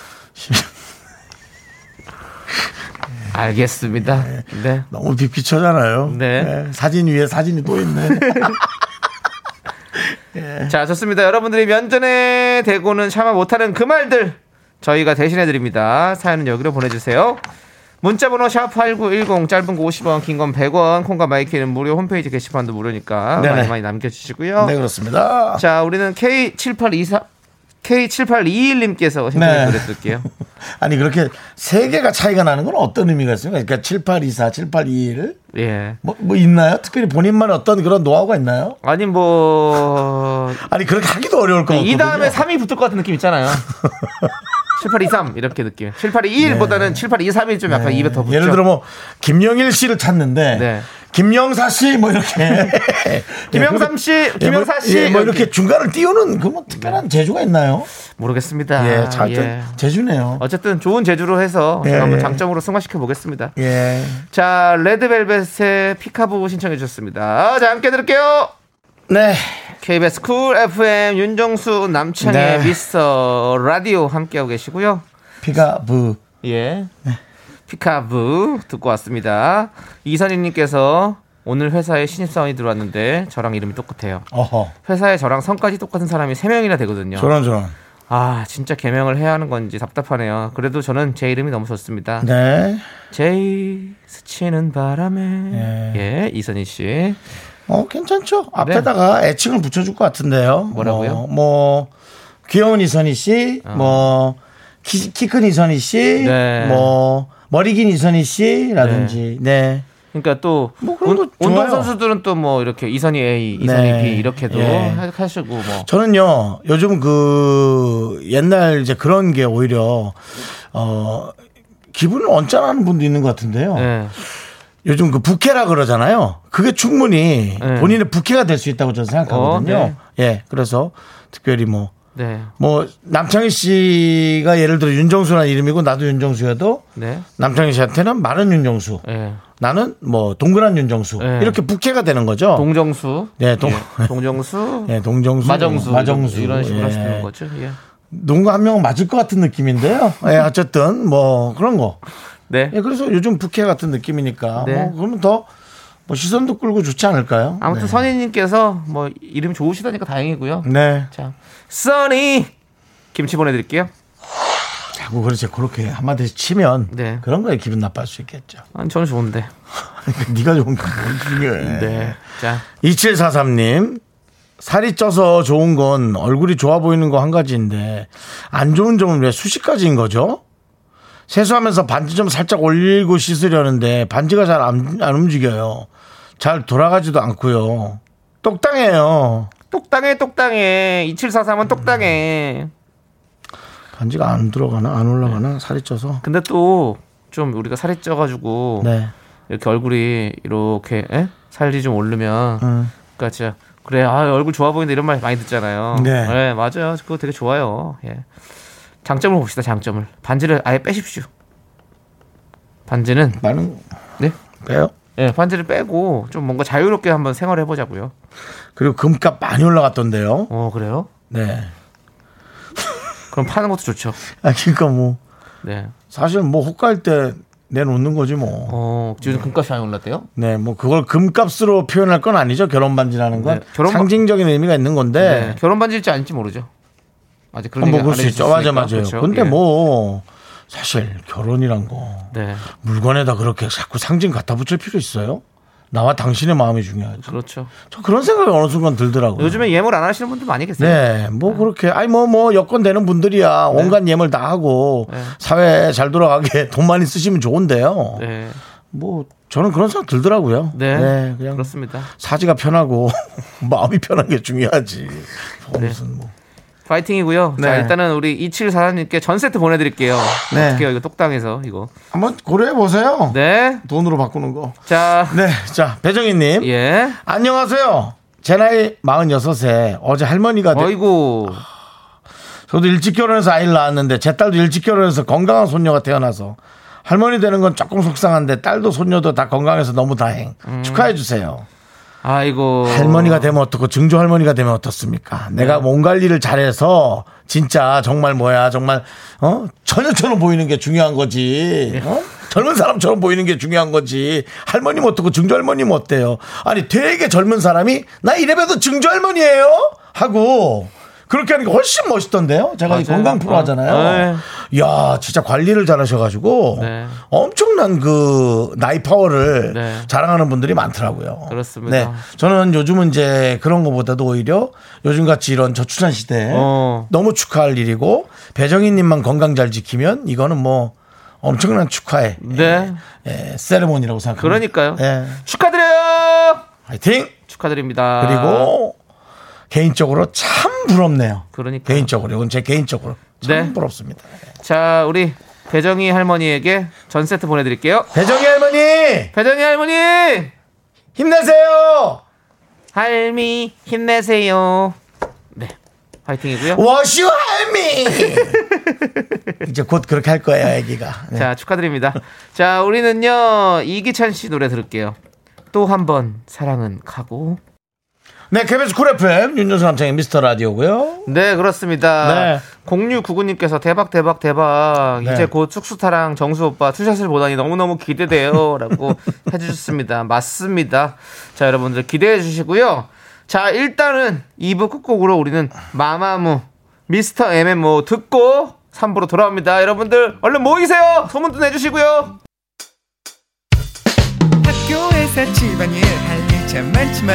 Speaker 2: 알겠습니다. 네.
Speaker 1: 너무 비비쳐잖아요.
Speaker 2: 네.
Speaker 1: 사진 위에 사진이 또 있네. 네.
Speaker 2: 자, 좋습니다. 여러분들이 면전에 대고는 참아 못하는 그 말들 저희가 대신해 드립니다. 사연은 여기로 보내주세요. 문자번호 샵8910 짧은 거 50원 긴 건 100원 콩과 마이키는 무료 홈페이지 게시판도 무료니까
Speaker 1: 네네.
Speaker 2: 많이 많이 남겨주시고요.
Speaker 1: 네 그렇습니다.
Speaker 2: 아. 자 우리는 K7824 K7821님께서 신청해
Speaker 1: 네.
Speaker 2: 드렸을게요.
Speaker 1: 아니 그렇게 세 개가 차이가 나는 건 어떤 의미가 있습니까? 그러니까 7824, 7821.
Speaker 2: 예.
Speaker 1: 뭐, 뭐 있나요? 특별히 본인만 어떤 그런 노하우가 있나요?
Speaker 2: 아니 뭐
Speaker 1: 아니 그렇게 하기도 어려울 것 같거든요.
Speaker 2: 네, 이 다음에 3이 붙을 것 같은 느낌 있잖아요. 7823 이렇게 느낌. 7821보다는 7823이 좀 약간 입에 더 붙죠.
Speaker 1: 네. 예를 들어 뭐 김영일 씨를 찾는데
Speaker 2: 네.
Speaker 1: 김영사 씨 뭐 이렇게
Speaker 2: 김영삼 씨,
Speaker 1: 예, 뭐-
Speaker 2: 김영사 씨
Speaker 1: 예, 뭐 이렇게
Speaker 2: 이렇게.
Speaker 1: 중간을 띄우는 그 뭐 특별한 재주가 있나요?
Speaker 2: 모르겠습니다.
Speaker 1: 예, 자,
Speaker 2: 예.
Speaker 1: 재주네요.
Speaker 2: 어쨌든 좋은 제주로 해서
Speaker 1: 예,
Speaker 2: 제가 한번
Speaker 1: 예.
Speaker 2: 장점으로 승화시켜 보겠습니다.
Speaker 1: 예.
Speaker 2: 자, 레드벨벳의 피카부 신청해 주셨습니다. 자, 함께 들을게요.
Speaker 1: 네.
Speaker 2: KBS 쿨 FM 윤정수 남창의
Speaker 1: 네.
Speaker 2: 미스터 라디오 함께하고 계시고요.
Speaker 1: 피가 부
Speaker 2: 예.
Speaker 1: 네.
Speaker 2: 피카부 듣고 왔습니다. 이선희님께서 오늘 회사에 신입사원이 들어왔는데 저랑 이름이 똑같아요.
Speaker 1: 어허.
Speaker 2: 회사에 저랑 성까지 똑같은 사람이 3명이나 되거든요.
Speaker 1: 저런 저런.
Speaker 2: 아, 진짜 개명을 해야 하는 건지 답답하네요. 그래도 저는 제 이름이 너무 좋습니다.
Speaker 1: 네.
Speaker 2: 제이 스치는 바람에.
Speaker 1: 예.
Speaker 2: 예, 이선희 씨.
Speaker 1: 어 괜찮죠. 앞에다가 애칭을 붙여줄 것 같은데요.
Speaker 2: 네. 뭐라고요? 아.
Speaker 1: 뭐, 뭐, 귀여운 이선희 씨, 뭐 키 큰 이선희 씨,
Speaker 2: 네.
Speaker 1: 뭐 머리 긴 이선희 씨라든지 네.
Speaker 2: 그러니까 또
Speaker 1: 뭐 그런 거 좋아요.
Speaker 2: 운동 선수들은 또 뭐 이렇게 이선희 A, 이선희
Speaker 1: 네.
Speaker 2: B 이렇게도
Speaker 1: 예.
Speaker 2: 하- 하시고 뭐
Speaker 1: 저는요 요즘 그 옛날 이제 그런 게 오히려 어 기분을 언짢아하는 분도 있는 것 같은데요.
Speaker 2: 예.
Speaker 1: 요즘 그 부캐라 그러잖아요. 그게 충분히
Speaker 2: 네.
Speaker 1: 본인의 부캐가 될 수 있다고 저는 생각하거든요.
Speaker 2: 어,
Speaker 1: 예, 그래서 특별히 뭐
Speaker 2: 네.
Speaker 1: 뭐 남창희 씨가 예를 들어 윤정수라는 이름이고 나도 윤정수여도
Speaker 2: 네.
Speaker 1: 남창희 씨한테는 마른 윤정수,
Speaker 2: 예.
Speaker 1: 나는 뭐 동그란 윤정수
Speaker 2: 예.
Speaker 1: 이렇게 부캐가 되는 거죠.
Speaker 2: 동정수.
Speaker 1: 네, 동-
Speaker 2: 예. 동정수.
Speaker 1: 예, 동정수,
Speaker 2: 마정수.
Speaker 1: 마정수
Speaker 2: 이런 식으로
Speaker 1: 예.
Speaker 2: 하시는 거죠. 예.
Speaker 1: 누군가 한 명은 맞을 것 같은 느낌인데요. 예, 어쨌든 뭐 그런 거.
Speaker 2: 네.
Speaker 1: 예, 그래서 요즘 부캐 같은 느낌이니까
Speaker 2: 네.
Speaker 1: 뭐 그러면 더 뭐 시선도 끌고 좋지 않을까요?
Speaker 2: 아무튼
Speaker 1: 네.
Speaker 2: 선희님께서 뭐 이름 좋으시다니까 다행이고요.
Speaker 1: 네.
Speaker 2: 자, 써니 김치 보내드릴게요.
Speaker 1: 자꾸 그렇지 그렇게 한마디씩 치면
Speaker 2: 네.
Speaker 1: 그런 거에 기분 나빠할 수 있겠죠.
Speaker 2: 아니 저는 좋은데.
Speaker 1: 네가 좋은 건뭔 중요해.
Speaker 2: 네. 자,
Speaker 1: 2743님. 살이 쪄서 좋은 건 얼굴이 좋아 보이는 거 한 가지인데 안 좋은 점은 왜 수십 가지인 거죠? 세수하면서 반지 좀 살짝 올리고 씻으려는데 반지가 잘 안 움직여요. 잘 돌아가지도 않고요. 똑당해요.
Speaker 2: 똑당해 똑당해. 2743은 똑당해.
Speaker 1: 반지가 안 들어가나 안 올라가나 살이 쪄서.
Speaker 2: 근데 또 좀 우리가 살이 쪄가지고
Speaker 1: 네.
Speaker 2: 이렇게 얼굴이 이렇게 에? 살이 좀 오르면
Speaker 1: 음.
Speaker 2: 그러니까 진짜 그래 아 얼굴 좋아 보인다 이런 말 많이 듣잖아요.
Speaker 1: 네.
Speaker 2: 맞아요. 그거 되게 좋아요. 예. 장점을 봅시다. 장점을 반지를 아예 빼십시오. 반지는
Speaker 1: 많은
Speaker 2: 네.
Speaker 1: 거요?
Speaker 2: 예, 반지를 빼고 좀 뭔가 자유롭게 한번 생활해 보자고요.
Speaker 1: 그리고 금값 많이 올라갔던데요.
Speaker 2: 어 그래요?
Speaker 1: 네.
Speaker 2: 그럼 파는 것도 좋죠.
Speaker 1: 아 그러니까 뭐
Speaker 2: 네.
Speaker 1: 사실 뭐 호가일 때 내놓는 거지 뭐.
Speaker 2: 어 요즘 금값이 많이 올랐대요.
Speaker 1: 네, 뭐 그걸 금값으로 표현할 건 아니죠. 결혼 반지라는 건
Speaker 2: 네, 결혼 반-
Speaker 1: 상징적인 의미가 있는 건데
Speaker 2: 네. 결혼 반지일지 아닐지 모르죠. 아직 그런
Speaker 1: 뭐
Speaker 2: 네, 얘기 안
Speaker 1: 그럴 수 있죠. 맞아,
Speaker 2: 해주셨으니까.
Speaker 1: 맞아요.
Speaker 2: 그렇죠?
Speaker 1: 근데
Speaker 2: 예.
Speaker 1: 뭐 사실 결혼이란 거
Speaker 2: 네.
Speaker 1: 물건에다 그렇게 자꾸 상징 갖다 붙일 필요 있어요? 나와 당신의 마음이 중요하죠.
Speaker 2: 그렇죠.
Speaker 1: 저 그런 생각이 어느 순간 들더라고요.
Speaker 2: 요즘에 예물 안 하시는 분들 많이 계세요.
Speaker 1: 네, 뭐 그렇게 아니 뭐 뭐 여건 되는 분들이야
Speaker 2: 네.
Speaker 1: 온갖 예물 다 하고 사회 잘 돌아가게 돈 많이 쓰시면 좋은데요.
Speaker 2: 네.
Speaker 1: 뭐 저는 그런 생각 들더라고요.
Speaker 2: 네.
Speaker 1: 그냥
Speaker 2: 그렇습니다.
Speaker 1: 사지가 편하고 마음이 편한 게 중요하지. 무슨 뭐
Speaker 2: 파이팅이고요. 자,
Speaker 1: 네.
Speaker 2: 일단은 우리 2744님께 전 세트 보내드릴게요.
Speaker 1: 네.
Speaker 2: 어떻게요? 이거 똑당해서, 이거.
Speaker 1: 한번 고려해 보세요.
Speaker 2: 네.
Speaker 1: 돈으로 바꾸는 거.
Speaker 2: 자,
Speaker 1: 네, 자 배정희님
Speaker 2: 예.
Speaker 1: 안녕하세요. 제 나이 46에 어제 할머니가 되-
Speaker 2: 어이구.
Speaker 1: 저도 일찍 결혼해서 아이를 낳았는데 제 딸도 일찍 결혼해서 건강한 손녀가 태어나서 할머니 되는 건 조금 속상한데 딸도 손녀도 다 건강해서 너무 다행.
Speaker 2: 음.
Speaker 1: 축하해 주세요.
Speaker 2: 아이고.
Speaker 1: 할머니가 되면 어떻고 증조 할머니가 되면 어떻습니까?
Speaker 2: 네.
Speaker 1: 내가 몸 관리를 잘해서 진짜 정말 뭐야 정말 어 처녀처럼 보이는 게 중요한
Speaker 2: 네.
Speaker 1: 거지. 어? 젊은 사람처럼 보이는 게 중요한 거지. 할머님 어떻고 증조 할머님 어때요? 아니 되게 젊은 사람이 나 이래봬도 증조 할머니예요 하고. 그렇게 하는 게 훨씬 멋있던데요? 제가 이
Speaker 2: 맞아요.
Speaker 1: 건강 프로
Speaker 2: 어.
Speaker 1: 하잖아요. 야, 진짜 관리를 잘 하셔가지고
Speaker 2: 네.
Speaker 1: 엄청난 그 나이 파워를
Speaker 2: 네.
Speaker 1: 자랑하는 분들이 많더라고요. 네.
Speaker 2: 그렇습니다.
Speaker 1: 저는 요즘은 이제 그런 것보다도 오히려 요즘같이 이런 저출산 시대에
Speaker 2: 어.
Speaker 1: 너무 축하할 일이고 배정희님만 건강 잘 지키면 이거는 뭐 엄청난 축하의
Speaker 2: 네.
Speaker 1: 예, 세레모니라고 생각합니다.
Speaker 2: 그러니까요.
Speaker 1: 예,
Speaker 2: 축하드려요!
Speaker 1: 화이팅!
Speaker 2: 축하드립니다.
Speaker 1: 그리고 개인적으로 참 부럽네요.
Speaker 2: 아. 그러니까.
Speaker 1: 개인적으로 이건 제 개인적으로 참
Speaker 2: 네.
Speaker 1: 부럽습니다. 예.
Speaker 2: 자, 우리 배정희 할머니에게 전 세트 보내드릴게요.
Speaker 1: 배정희 할머니
Speaker 2: 배정희 할머니!
Speaker 1: 힘내세요.
Speaker 2: 할미, 힘내세요. 네. 화이팅이고요.
Speaker 1: 워슈 할미 이제 곧 그렇게 할 거예요, 아기가. 네.
Speaker 2: 자, 축하드립니다. 자, 우리는요, 이기찬 씨 노래 들을게요. 또 한 번 사랑은 가고.
Speaker 1: 네, KBS 쿨 FM 윤정수 남창의 미스터 라디오고요.
Speaker 2: 네, 그렇습니다.
Speaker 1: 네.
Speaker 2: 0699님께서 대박, 대박, 대박.
Speaker 1: 네.
Speaker 2: 이제 곧 숙수타랑 정수 오빠 투샷을 보다니 너무너무 기대돼요. 라고 해주셨습니다. 맞습니다. 자, 여러분들 기대해 주시고요. 자, 일단은 2부 끝곡으로 우리는 마마무, 미스터 MMO 듣고 3부로 돌아옵니다. 여러분들 얼른 모이세요. 소문도 내주시고요.
Speaker 5: 학교에서 집안일 할 일 참 많지만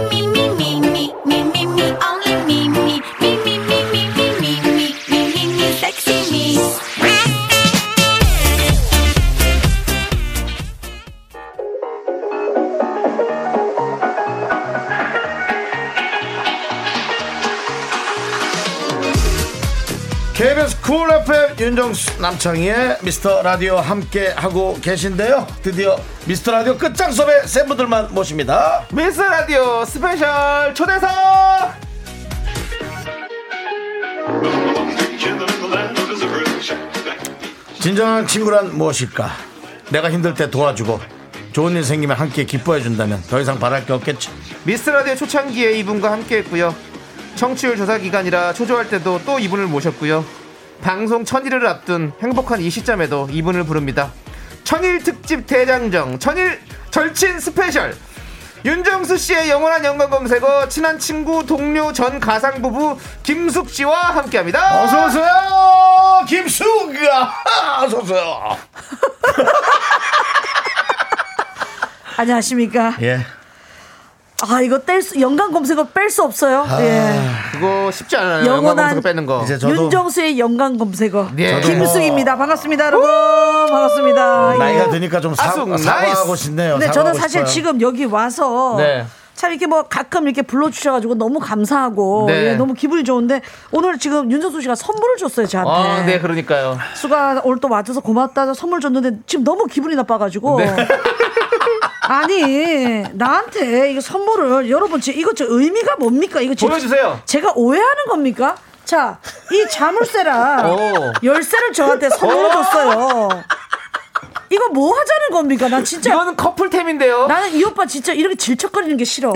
Speaker 3: me, me, me, me, me, me, me, only me, me, me, me, me, me, me, me, me, me, me, me, sexy me.
Speaker 1: KBS 쿨 FM 윤정수 남창희의 미스터 라디오 함께 하고 계신데요. 드디어 미스터 라디오 끝장 수업의 세 분들만 모십니다.
Speaker 2: 미스 라디오 스페셜 초대석!
Speaker 1: 진정한 친구란 무엇일까? 내가 힘들 때 도와주고 좋은 일 생기면 함께 기뻐해 준다면 더 이상 바랄 게 없겠지.
Speaker 2: 미스 라디오 초창기에 이분과 함께 했고요. 청취율 조사 기간이라 초조할 때도 또 이분을 모셨고요. 방송 천일을 앞둔 행복한 이 시점에도 이분을 부릅니다. 천일 특집 대장정, 천일 절친 스페셜. 윤정수 씨의 영원한 연관 검색어 친한 친구 동료 전 가상 부부 김숙 씨와 함께합니다.
Speaker 1: 어서 오세요, 김수가. 어서 오세요.
Speaker 6: 안녕하십니까.
Speaker 1: 예.
Speaker 6: 아 이거 뗄 수, 연관 검색어 뺄 수 없어요. 예.
Speaker 2: 그거 쉽지 않아요.
Speaker 6: 영원한-
Speaker 2: 영원 검색어 빼는 거.
Speaker 1: 이제 아, 저도 네,
Speaker 6: 윤정수의 연관 검색어.
Speaker 2: 예. 저도
Speaker 6: 김숙입니다. 반갑습니다, 여러분. 반갑습니다.
Speaker 1: 나이가
Speaker 6: 예.
Speaker 1: 드니까 좀 사,
Speaker 2: 아숙,
Speaker 1: 사과하고
Speaker 2: 나이스.
Speaker 1: 싶네요.
Speaker 6: 근데 저는
Speaker 1: 사과하고 싶어요.
Speaker 6: 사실 지금 여기 와서
Speaker 2: 네.
Speaker 6: 참 이렇게 뭐 가끔 이렇게 불러주셔가지고 너무 감사하고
Speaker 2: 네.
Speaker 6: 예, 너무 기분이 좋은데 오늘 지금 윤정수 씨가 선물을 줬어요 저한테.
Speaker 2: 아, 네, 그러니까요.
Speaker 6: 수가 오늘 또 와줘서 고맙다 선물 줬는데 지금 너무 기분이 나빠가지고
Speaker 2: 네.
Speaker 6: 아니 나한테 이거 선물을 여러분 지 이거 저 의미가 뭡니까 이거 지금
Speaker 2: 보여주세요.
Speaker 6: 제가 오해하는 겁니까? 자, 이
Speaker 2: 오.
Speaker 6: 자물쇠랑 열쇠를 저한테 선물로 줬어요. 이거 뭐 하자는 겁니까? 나 진짜
Speaker 2: 이거는 커플템인데요.
Speaker 6: 나는 이 오빠 진짜 이렇게 질척거리는 게 싫어.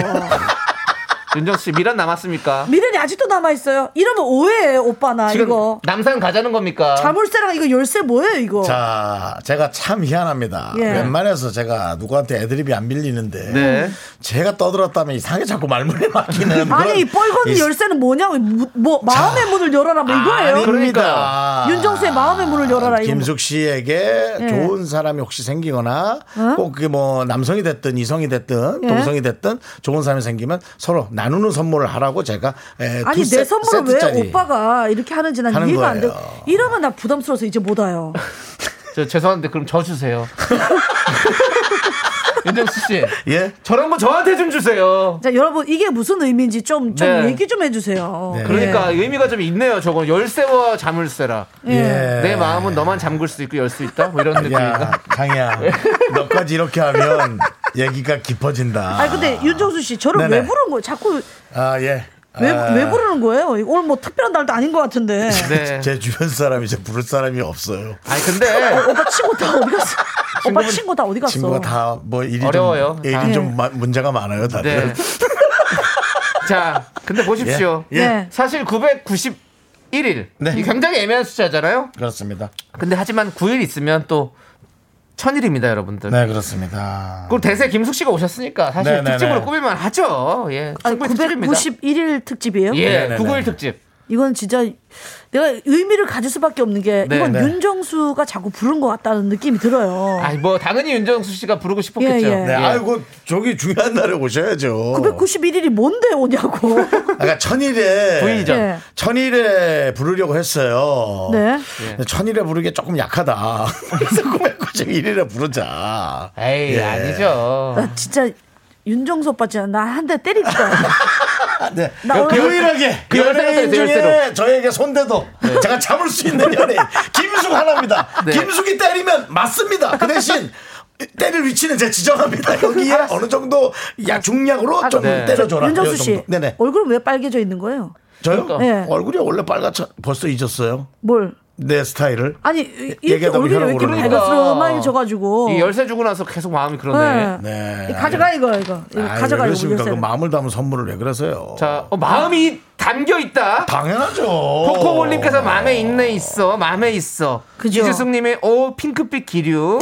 Speaker 2: 윤정수 씨 미란 남았습니까?
Speaker 6: 미련이 아직도 남아 있어요. 이러면 오해해 오빠 나
Speaker 2: 지금
Speaker 6: 아, 이거.
Speaker 2: 남산 가자는 겁니까?
Speaker 6: 자물쇠랑 이거 열쇠 뭐예요 이거?
Speaker 1: 자, 제가 참 희한합니다.
Speaker 6: 예.
Speaker 1: 웬만해서 제가 누구한테 애드립이 안 밀리는데
Speaker 2: 네.
Speaker 1: 제가 떠들었다면 이상하게 자꾸 말문에 막히는
Speaker 6: 아니 이 뻘건
Speaker 1: 이-
Speaker 6: 열쇠는 뭐냐고 뭐, 뭐 마음의 문을 열어라 뭐 이거예요. 그러니까.
Speaker 1: 아닙니다.
Speaker 6: 윤정수의 마음의 문을 열어라 이거.
Speaker 1: 김숙 씨에게
Speaker 6: 예.
Speaker 1: 좋은 사람이 혹시 생기거나
Speaker 6: 어?
Speaker 1: 꼭 그게 뭐 남성이 됐든 이성이 됐든
Speaker 6: 예.
Speaker 1: 동성이 됐든 좋은 사람이 생기면 서로 나누는 선물을 하라고 제가 에,
Speaker 6: 아니
Speaker 1: 두 세-
Speaker 6: 내 선물을 왜
Speaker 1: 세트짜리.
Speaker 6: 오빠가 이렇게 하는지 난
Speaker 1: 하는
Speaker 6: 이해가 안 돼.
Speaker 1: 거예요.
Speaker 6: 이러면 나 부담스러워서 이제 못 와요.
Speaker 2: 저 죄송한데 그럼 저 주세요. 윤정수 씨.
Speaker 1: 예?
Speaker 2: 저런 거 저한테 좀 주세요.
Speaker 6: 자 여러분 이게 무슨 의미인지 좀 좀
Speaker 2: 네.
Speaker 6: 얘기 좀 해주세요.
Speaker 1: 네.
Speaker 2: 그러니까 의미가 좀 있네요. 저건 열쇠와 자물쇠라.
Speaker 6: 예. 예.
Speaker 2: 내 마음은 너만 잠글 수 있고 열 수 있다. 뭐 이런
Speaker 1: 네. 야,
Speaker 2: 느낌인가?
Speaker 1: 강이야. 너까지 이렇게 하면 얘기가 깊어진다.
Speaker 6: 아니 근데 윤정수 씨 저를
Speaker 1: 네네.
Speaker 6: 왜 부르는 거예요? 자꾸
Speaker 1: 아, 예.
Speaker 6: 왜,
Speaker 1: 아,
Speaker 6: 왜 부르는 거예요? 이거 오늘 뭐 특별한 날도 아닌 것 같은데.
Speaker 2: 네.
Speaker 1: 제 주변 사람이 제 부를 사람이 없어요.
Speaker 2: 아니 근데
Speaker 6: 오빠 친구 다 어디 갔어? 오빠 친구 다 어디 갔어?
Speaker 1: 친구가 다 뭐 일이
Speaker 2: 어려워요.
Speaker 1: 좀, 일이
Speaker 2: 다.
Speaker 1: 좀 마- 문제가 많아요, 다들.
Speaker 2: 네. 자, 근데 보십시오.
Speaker 1: 예.
Speaker 6: 네.
Speaker 2: 사실 991일.
Speaker 1: 네.
Speaker 2: 이 굉장히 애매한 숫자잖아요.
Speaker 1: 그렇습니다.
Speaker 2: 근데 하지만 9일 있으면 또 천일입니다, 여러분들.
Speaker 1: 네, 그렇습니다.
Speaker 2: 그리고 대세 김숙 씨가 오셨으니까 사실
Speaker 1: 네네네.
Speaker 2: 특집으로 꾸밀만 하죠. 예.
Speaker 6: 아니,
Speaker 2: 충분히 특집입니다.
Speaker 6: 991일 특집이에요?
Speaker 2: 예,
Speaker 1: 네네네.
Speaker 2: 991 특집.
Speaker 6: 이건 진짜 내가 의미를 가질 수밖에 없는 게
Speaker 2: 네,
Speaker 6: 이건
Speaker 1: 네.
Speaker 6: 윤정수가 자꾸 부른 것 같다는 느낌이 들어요.
Speaker 2: 아니 뭐 당연히 윤정수 씨가 부르고 싶었겠죠.
Speaker 6: 예, 예.
Speaker 1: 네, 아이고 저기 중요한 날에 오셔야죠.
Speaker 6: 991일이 뭔데 오냐고.
Speaker 1: 아까 천일에
Speaker 2: 부인이죠.
Speaker 6: 예.
Speaker 1: 천일에 부르려고 했어요.
Speaker 6: 네.
Speaker 1: 근데 천일에 부르기 조금 약하다. 그래서 991일에 부르자.
Speaker 2: 에이
Speaker 1: 예.
Speaker 2: 아니죠.
Speaker 6: 나 진짜 윤정수 오빠 진짜 나 한 대 때릴 거야.
Speaker 1: 네.
Speaker 6: 나 오늘-
Speaker 1: 유일하게
Speaker 2: 그 열쇠로 네.
Speaker 1: 연예인
Speaker 2: 때리세요,
Speaker 1: 중에 저에게 손대도 제가 참을 수 있는 연예인 김숙 하나입니다.
Speaker 2: 네.
Speaker 1: 김숙이 때리면 맞습니다. 그 대신 때릴 위치는 제가 지정합니다. 여기에 어느 정도 야 중량으로 좀
Speaker 2: 네.
Speaker 1: 때려줘라.
Speaker 6: 윤정수
Speaker 1: 이
Speaker 6: 씨
Speaker 1: 정도. 네네.
Speaker 6: 얼굴은 왜 빨개져 있는 거예요?
Speaker 1: 저요?
Speaker 2: 그러니까.
Speaker 6: 네.
Speaker 1: 얼굴이 원래 빨갛죠. 벌써 잊었어요.
Speaker 6: 뭘?
Speaker 1: 내 스타일을.
Speaker 6: 아니 이렇게
Speaker 1: 예, 얘기하다 보니
Speaker 6: 얼굴이 왜
Speaker 1: 혈압
Speaker 6: 이렇게
Speaker 1: 오르는
Speaker 6: 밝았으마해져가지고
Speaker 2: 이 열쇠 주고 나서 계속 마음이 그러네.
Speaker 1: 네.
Speaker 6: 가져가 이거 이거, 이거
Speaker 1: 아이,
Speaker 6: 가져가
Speaker 1: 왜
Speaker 6: 이거
Speaker 1: 그러십니까?
Speaker 6: 열쇠.
Speaker 1: 그 마음을 담은 선물을 왜 그러세요?
Speaker 2: 자, 어, 마음이 담겨 있다.
Speaker 1: 당연하죠.
Speaker 2: 코코볼님께서 마음에 있네 있어, 마음에 있어.
Speaker 6: 그죠.
Speaker 2: 이지숙님의 오 핑크빛 기류.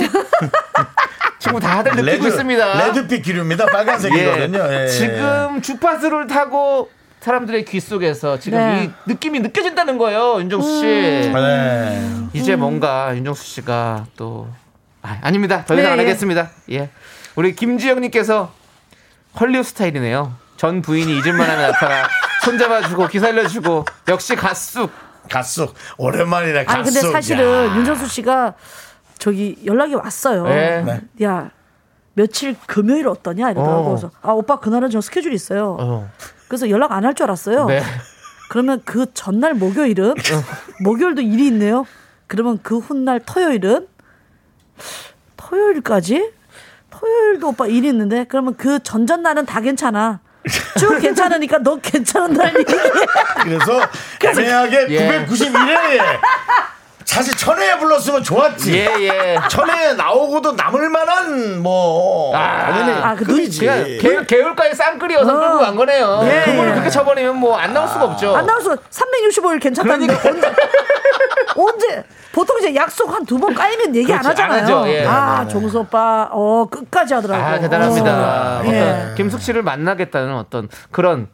Speaker 2: 지금 다들 느끼고
Speaker 1: 레드,
Speaker 2: 있습니다.
Speaker 1: 예. 레드빛 기류입니다. 빨간색이거든요. 예.
Speaker 2: 지금 주파수를 예. 타고 사람들의 귀 속에서 지금
Speaker 6: 네. 음.
Speaker 2: 이 느낌이 느껴진다는 거예요, 윤정수 씨. 아,
Speaker 1: 네.
Speaker 2: 이제 뭔가 윤정수 씨가 또 아, 닙니다더
Speaker 6: 네,
Speaker 2: 이상 안
Speaker 6: 예.
Speaker 2: 하겠습니다. 예. 우리 김지영님께서 헐리우드 스타일이네요. 전 부인이 잊을만하면 나타나 손잡아주고 기살려주고 역시 가수.
Speaker 1: 갔어. 오랜만이네. 갔어.
Speaker 6: 아니 근데 사실은 윤정수 씨가 저기 연락이 왔어요.
Speaker 2: 예.
Speaker 1: 네.
Speaker 6: 야 며칠 금요일 어떠냐
Speaker 2: 어.
Speaker 6: 이러더라고. 그래서 아 오빠 그날은 저 스케줄이 있어요.
Speaker 2: 어.
Speaker 6: 그래서 연락 안 할 줄 알았어요.
Speaker 1: 예.
Speaker 2: 네.
Speaker 6: 그러면 그 전날 목요일은 목요일도 일이 있네요. 그러면 그 훗날 토요일은 토요일까지 토요일도 오빠 일이 있는데 그러면 그 전전날은 다 괜찮아. 쭉 괜찮으니까 너 괜찮은 날 얘기해.
Speaker 1: 그래서 애매하게
Speaker 2: 예.
Speaker 1: 991회에 사실 천회에 불렀으면 좋았지.
Speaker 2: 예, 예.
Speaker 1: 천회에 나오고도 남을 만한 뭐
Speaker 2: 아.
Speaker 1: 당연히
Speaker 6: 아, 그
Speaker 1: 급이지.
Speaker 2: 그냥 개, 개울가에 쌍끌이 여성 끌고 간 거네요.
Speaker 6: 예.
Speaker 2: 그걸 그렇게 쳐버리면 뭐 안 나올 수가 없죠.
Speaker 6: 안 나올 수가 365일 괜찮다는데
Speaker 2: 그러니까.
Speaker 6: 언제 언제 보통 이제 약속 한 두 번 까이면 얘기 안
Speaker 2: 그렇지, 안
Speaker 6: 하잖아요.
Speaker 2: 하죠. 예.
Speaker 6: 아 종수 오빠 어 끝까지 하더라고.
Speaker 2: 아, 대단합니다.
Speaker 6: 어,
Speaker 2: 어떤
Speaker 1: 네.
Speaker 6: 예.
Speaker 2: 김숙 씨를 만나겠다는 어떤 그런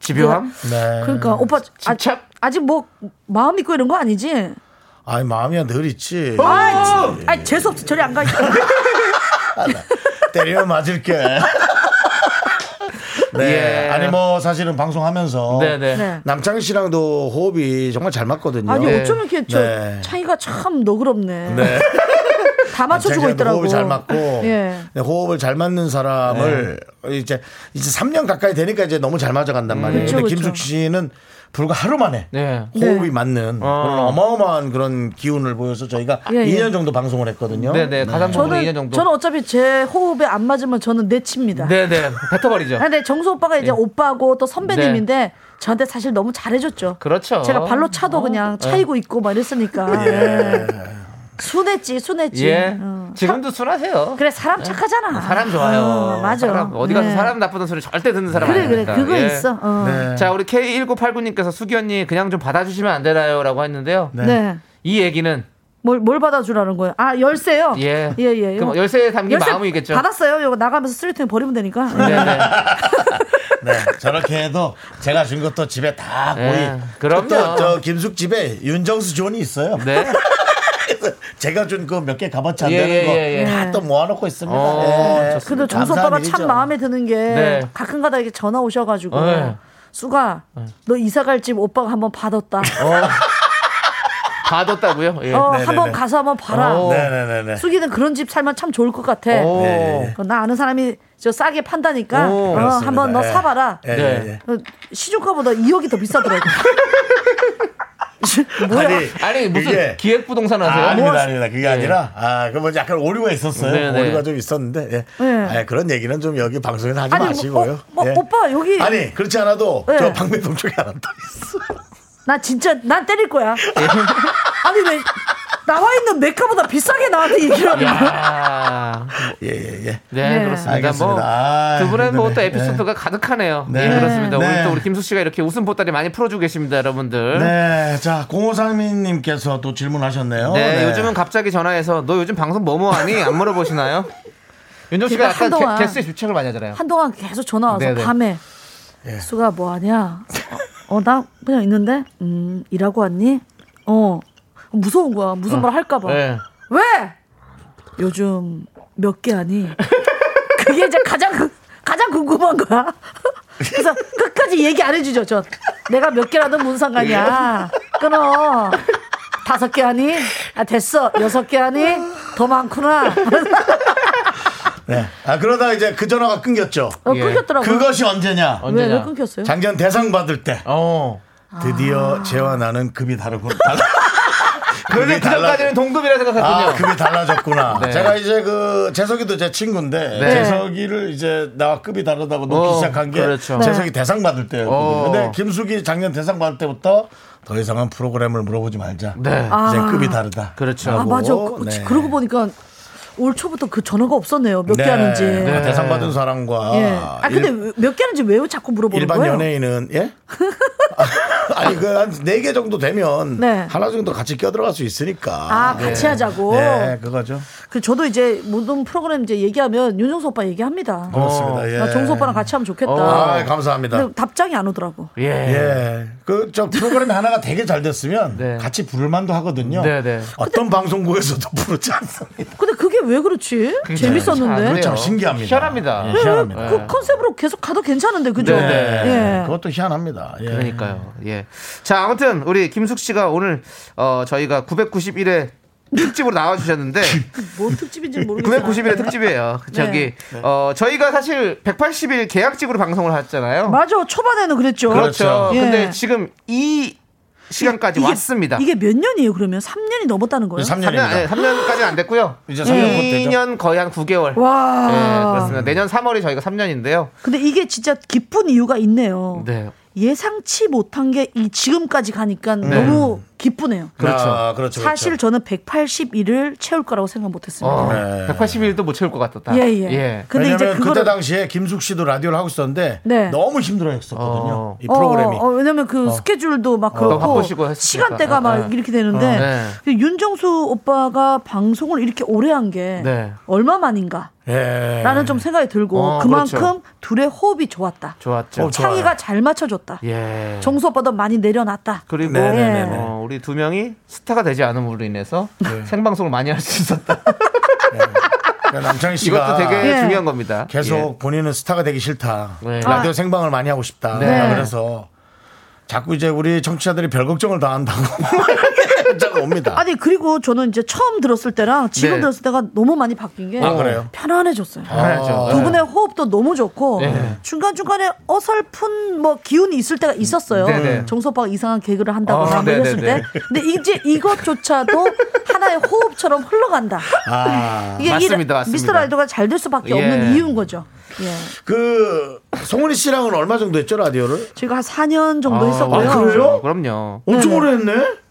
Speaker 2: 집요함?
Speaker 1: 네.
Speaker 6: 그러니까 오빠 아,
Speaker 2: 집착?
Speaker 6: 아직 뭐 마음 있고 이런 거 아니지?
Speaker 1: 아니 마음이야 늘 있지.
Speaker 2: 네.
Speaker 6: 아, 지- 아 재수 없어 저리 안 가.
Speaker 1: 때려 맞을게. 네.
Speaker 2: 예.
Speaker 1: 아니 뭐 사실은 방송하면서
Speaker 2: 네네.
Speaker 6: 네.
Speaker 1: 남창희 씨랑도 호흡이 정말 잘 맞거든요.
Speaker 6: 아니
Speaker 2: 네.
Speaker 6: 어쩜 이렇게 저
Speaker 1: 네.
Speaker 6: 차이가 참 너그럽네.
Speaker 1: 네.
Speaker 6: 다 맞춰주고
Speaker 1: 남창희랑도
Speaker 6: 있더라고.
Speaker 1: 호흡이 잘 맞고
Speaker 6: 예.
Speaker 1: 네, 호흡을 잘 맞는 사람을 이제 이제 3년 가까이 되니까 이제 너무 잘 맞아간단 말이에요.
Speaker 6: 음. 그쵸,
Speaker 1: 근데
Speaker 6: 그쵸.
Speaker 1: 김숙 씨는 불과 하루 만에
Speaker 2: 네.
Speaker 1: 호흡이
Speaker 6: 네.
Speaker 1: 맞는 그런 어마어마한 그런 기운을 보여서 저희가
Speaker 6: 예, 예.
Speaker 1: 2년 정도 방송을 했거든요.
Speaker 2: 네네. 가장 적으로 뭐 2년
Speaker 6: 저는
Speaker 2: 정도.
Speaker 6: 저는 어차피 제 호흡에 안 맞으면 저는 내칩니다.
Speaker 2: 네네. 뱉어버리죠.
Speaker 6: 아, 근데 정수 오빠가 이제
Speaker 2: 예. 네.
Speaker 6: 오빠고 또 선배님인데 저한테 사실 너무 잘해줬죠.
Speaker 2: 그렇죠. 어.
Speaker 6: 제가 발로 차도 그냥 차이고 있고 막 이랬으니까. 예. 순했지, 순했지.
Speaker 2: 예.
Speaker 6: 어.
Speaker 2: 지금도 순하세요.
Speaker 6: 그래, 사람 착하잖아.
Speaker 2: 사람 좋아요.
Speaker 6: 어, 맞아.
Speaker 2: 사람, 어디 가서
Speaker 6: 네.
Speaker 2: 사람 나쁘던 소리 절대 듣는 사람
Speaker 6: 그래, 그래.
Speaker 2: 아니니까.
Speaker 6: 그거
Speaker 2: 예.
Speaker 6: 있어. 어. 네.
Speaker 1: 네.
Speaker 2: 자, 우리 K1989님께서 수기 언니 그냥 좀 받아주시면 안 되나요? 라고 했는데요.
Speaker 1: 네.
Speaker 2: 이 얘기는
Speaker 6: 네. 뭘, 뭘 받아주라는 거예요? 아, 열쇠요?
Speaker 2: 예.
Speaker 6: 예, 예.
Speaker 2: 그럼 열쇠에 담긴 마음이겠죠.
Speaker 6: 받았어요. 이거 나가면서 쓰레기통에 버리면 되니까.
Speaker 2: 네네.
Speaker 1: 네, 저렇게 해도 제가 준 것도 집에 다
Speaker 6: 네.
Speaker 1: 거의.
Speaker 2: 예, 그럼요.
Speaker 1: 또 저 김숙 집에 윤정수 존이 있어요.
Speaker 2: 네.
Speaker 1: 그래서 제가 준 그 몇 개 값어치 안
Speaker 2: 예,
Speaker 1: 되는
Speaker 2: 예, 예, 예.
Speaker 1: 거 다 또 모아놓고 있습니다.
Speaker 2: 어,
Speaker 1: 예.
Speaker 6: 그래도 정수
Speaker 1: 감사한
Speaker 6: 오빠가
Speaker 1: 일이죠.
Speaker 6: 참 마음에 드는 게
Speaker 2: 네.
Speaker 6: 가끔가다 이렇게 전화 오셔가지고
Speaker 2: 네.
Speaker 6: 수가 너 이사 갈 집 오빠가 한번 받았다.
Speaker 1: 어.
Speaker 2: 받았다고요? 예.
Speaker 6: 어,
Speaker 1: 네. 네네네.
Speaker 6: 한번 가서 한번 봐라.
Speaker 2: 오.
Speaker 1: 네네네네.
Speaker 6: 수기는 그런 집 살면 참 좋을 것 같아.
Speaker 2: 오.
Speaker 1: 예,
Speaker 6: 어, 나 아는 사람이 저 싸게 판다니까
Speaker 2: 오,
Speaker 6: 어,
Speaker 1: 그렇습니다.
Speaker 6: 한번 너
Speaker 1: 예.
Speaker 6: 사봐라.
Speaker 1: 예, 예, 예.
Speaker 6: 어, 시중가보다 2억이 더 비싸더라고. 뭐야?
Speaker 1: 아니,
Speaker 2: 아니, 무슨
Speaker 1: 이게-
Speaker 2: 기획부동산 하세요?
Speaker 1: 아, 아닙니다,
Speaker 2: 뭐-
Speaker 1: 아닙니다. 그게
Speaker 2: 예.
Speaker 1: 아니라, 아, 그 뭐 약간 오류가 있었어요.
Speaker 2: 네, 네.
Speaker 1: 오류가 좀 있었는데, 예.
Speaker 6: 네.
Speaker 1: 아, 그런 얘기는 좀 여기 방송에서 하지
Speaker 6: 아니, 뭐,
Speaker 1: 마시고요.
Speaker 6: 어, 뭐,
Speaker 1: 예.
Speaker 6: 오빠 여기
Speaker 1: 아니, 그렇지 않아도
Speaker 6: 네.
Speaker 1: 저 방배동 쪽에 안 왔다.
Speaker 6: 나 진짜 난 때릴 거야. 아니 왜 나와 있는 메카보다 비싸게 나한테 얘기를 하는 거야?
Speaker 2: 야.
Speaker 1: 예, 예, 예.
Speaker 2: 네,
Speaker 6: 네.
Speaker 2: 그렇습니다.
Speaker 1: 알겠습니다.
Speaker 2: 뭐,
Speaker 1: 아,
Speaker 2: 두 분의 뭐
Speaker 1: 네네.
Speaker 2: 또 에피소드가 가득하네요.
Speaker 1: 네.
Speaker 2: 예, 그렇습니다.
Speaker 1: 네.
Speaker 2: 오늘 또 우리 김수 씨가 이렇게 웃음 보따리 많이 풀어주고 계십니다, 여러분들. 네.
Speaker 1: 네, 자, 0532님께서 또 어, 질문하셨네요.
Speaker 2: 요즘은 갑자기 전화해서 너 요즘 방송 뭐뭐 하니? 안 물어보시나요? 윤정 씨가
Speaker 6: 제가
Speaker 2: 약간
Speaker 6: 한동안-
Speaker 2: 게, 게스트에 집착을 많이 하잖아요.
Speaker 6: 한동안 계속 전화 와서
Speaker 2: 네네. 예.
Speaker 6: 밤에 수가 뭐 하냐? 어, 나 그냥 있는데. 음, 일하고 왔니? 어. 무서운 거야. 무슨 말 할까 봐.
Speaker 2: 네.
Speaker 6: 왜? 요즘 몇 개 하니? 그게 이제 가장 그- 가장 궁금한 거야. 그래서 끝까지 얘기 안 해주죠. 전 내가 몇 개라도 무슨 상관이야. 끊어. 다섯 개 하니? 아 됐어. 여섯 개 하니? 더 많구나.
Speaker 1: 네. 아, 그러다 이제 그 전화가 끊겼죠.
Speaker 6: 어,
Speaker 2: 예.
Speaker 6: 끊겼더라고.
Speaker 1: 그것이 언제냐?
Speaker 6: 왜,
Speaker 2: 언제냐?
Speaker 6: 왜 끊겼어요?
Speaker 1: 작년 대상 받을 때
Speaker 2: 어.
Speaker 1: 드디어 쟤와 나는 급이 다르군. 달라.
Speaker 2: 그런데 그 전까지는 동급이라 생각했군요.
Speaker 1: 아, 급이 달라졌구나.
Speaker 2: 네.
Speaker 1: 제가 이제 그 재석이도 제 친구인데
Speaker 2: 네.
Speaker 1: 재석이를 이제 나와 급이 다르다고 놓기
Speaker 2: 어,
Speaker 1: 시작한 게
Speaker 2: 그렇죠.
Speaker 1: 재석이
Speaker 6: 네.
Speaker 1: 대상 받을 때였거든요.
Speaker 2: 어.
Speaker 1: 근데 김숙이 작년 대상 받을 때부터 더 이상은 프로그램을 물어보지 말자.
Speaker 2: 네.
Speaker 1: 이제 급이 다르다.
Speaker 2: 그렇죠.
Speaker 6: 아 맞아. 그,
Speaker 1: 네.
Speaker 6: 러고 보니까 올 초부터 그 전화가 없었네요. 몇 개
Speaker 1: 네.
Speaker 6: 하는지.
Speaker 1: 아, 대상 받은 사람과
Speaker 6: 예. 아 근데
Speaker 1: 일,
Speaker 6: 몇 개 하는지 왜 자꾸 물어보는
Speaker 1: 일반
Speaker 6: 거예요?
Speaker 1: 연예인은 예? 아니 그한네 개 정도 되면
Speaker 6: 네.
Speaker 1: 하나 정도 같이 껴들어갈 수 있으니까.
Speaker 6: 아, 같이 하자고.
Speaker 1: 네, 그거죠.
Speaker 6: 그 저도 이제 모든 프로그램 이제 얘기하면 윤종수 오빠 얘기합니다.
Speaker 1: 그렇습니다. 예.
Speaker 6: 나 정수 오빠랑 같이 하면 좋겠다.
Speaker 1: 아, 감사합니다.
Speaker 6: 근데 답장이 안 오더라고.
Speaker 2: 예.
Speaker 1: 예. 그 저 프로그램이 하나가 되게 잘 됐으면
Speaker 2: 네.
Speaker 1: 같이 부를 만도 하거든요.
Speaker 2: 네, 네.
Speaker 1: 어떤 방송국에서도 부르지 않습니다.
Speaker 6: 근데 그게 왜 그렇지? 재밌었는데.
Speaker 1: 참 신기합니다.
Speaker 2: 희한합니다.
Speaker 1: 예, 희한합니다.
Speaker 6: 그 컨셉으로 계속 가도 괜찮은데 그죠?
Speaker 2: 네,
Speaker 1: 네.
Speaker 6: 예.
Speaker 1: 그것도 희한합니다. 예.
Speaker 2: 그러니까요. 예. 자, 아무튼 우리 김숙 씨가 오늘 어, 저희가 991회 특집으로 나와주셨는데
Speaker 6: 뭔뭐 특집인지 모르겠어요.
Speaker 2: 991회 특집이에요. 저기 어, 저희가 사실 180일 계약직으로 방송을 했잖아요.
Speaker 6: 맞아. 초반에는 그랬죠.
Speaker 2: 그렇죠.
Speaker 6: 예.
Speaker 2: 근데 지금 이 시간까지
Speaker 6: 이게-
Speaker 2: 왔습니다.
Speaker 6: 이게 몇 년이에요? 그러면 3년이 넘었다는 거예요?
Speaker 2: 3년,
Speaker 1: 3년입니다.
Speaker 2: 아니, 3년까지는 안 됐고요.
Speaker 1: 이제 삼년 못 되죠.
Speaker 2: 2년 거의 한 9개월.
Speaker 6: 와.
Speaker 2: 네, 그렇습니다. 내년 3월이 저희가 3년인데요.
Speaker 6: 근데 이게 진짜 기쁜 이유가 있네요.
Speaker 2: 네.
Speaker 6: 예상치 못한 게 이 지금까지 가니까
Speaker 1: 네.
Speaker 6: 너무 기쁘네요.
Speaker 2: 그렇죠.
Speaker 1: 아, 그렇죠. 그렇죠.
Speaker 6: 사실 저는 181을 채울 거라고 생각 못 했습니다.
Speaker 2: 어,
Speaker 1: 네.
Speaker 2: 180일도 못 채울 것 같았다.
Speaker 6: 예, 예. 근데 이제
Speaker 1: 왜냐면
Speaker 6: 그거를
Speaker 1: 그때 당시에 김숙 씨도 라디오를 하고 있었는데
Speaker 6: 네.
Speaker 1: 너무 힘들어했었거든요.
Speaker 2: 어.
Speaker 1: 이 프로그램이.
Speaker 6: 어, 어, 왜냐면 그 스케줄도 막 그렇고
Speaker 2: 바쁘시고 했으니까.
Speaker 6: 시간대가
Speaker 2: 네,
Speaker 6: 막
Speaker 2: 네.
Speaker 6: 이렇게 되는데
Speaker 2: 어, 네.
Speaker 6: 그 윤정수 오빠가 방송을 이렇게 오래 한 게
Speaker 2: 네.
Speaker 6: 얼마 만인가
Speaker 1: 예.
Speaker 6: 라는 좀 생각이 들고
Speaker 2: 어,
Speaker 6: 그만큼
Speaker 2: 그렇죠.
Speaker 6: 둘의 호흡이 좋았다.
Speaker 2: 좋았죠.
Speaker 1: 어, 좋-
Speaker 6: 창의가 잘 맞춰줬다.
Speaker 2: 예. 그렇죠.
Speaker 6: 정수 오빠도 많이 내려놨다.
Speaker 2: 그리고
Speaker 1: 네, 네,
Speaker 6: 네, 네.
Speaker 2: 어, 우리 두 명이 스타가 되지 않음으로 인해서 생방송을 많이 할 수 있었다.
Speaker 1: 그러니까 남창희 씨가
Speaker 2: 이것도 되게
Speaker 6: 예.
Speaker 2: 중요한 겁니다.
Speaker 1: 계속
Speaker 2: 예.
Speaker 1: 본인은 스타가 되기 싫다.
Speaker 2: 네.
Speaker 1: 라디오
Speaker 6: 아.
Speaker 1: 생방을 많이 하고 싶다.
Speaker 2: 네.
Speaker 1: 그래서 자꾸 이제 우리 청취자들이 별 걱정을 다 한다고 문자가 옵니다.
Speaker 6: 아니 그리고 저는 이제 처음 들었을 때랑 지금
Speaker 2: 그러니까. 네.
Speaker 6: 들었을 때가 너무 많이 바뀐 게
Speaker 1: 아, 그래요?
Speaker 6: 편안해졌어요.
Speaker 2: 예. 해야죠.
Speaker 6: 두 분의 호흡도 너무 좋고
Speaker 2: 네.
Speaker 6: 중간 중간에 어설픈 뭐 기운이 있을 때가 있었어요.
Speaker 2: 네, 네.
Speaker 6: 정수 오빠가 이상한 개그를 한다거나
Speaker 2: 아,
Speaker 6: 뭐
Speaker 2: 네,
Speaker 6: 이랬을
Speaker 2: 네, 네.
Speaker 6: 때. 근데 이제 이것조차도 하나의 호흡처럼 흘러간다.
Speaker 1: 아.
Speaker 6: 이게 이
Speaker 2: 맞습니다, 맞습니다.
Speaker 6: 미스터 라이더가 잘 될 수밖에
Speaker 2: 예.
Speaker 6: 없는 이유인 거죠. 예.
Speaker 1: 그 송은희 씨랑은 얼마 정도 했죠 라디오를?
Speaker 6: 제가 한 4년 정도 했었고요.
Speaker 1: 아, 그래요?
Speaker 2: 그럼요.
Speaker 1: 엄청 오래 했네.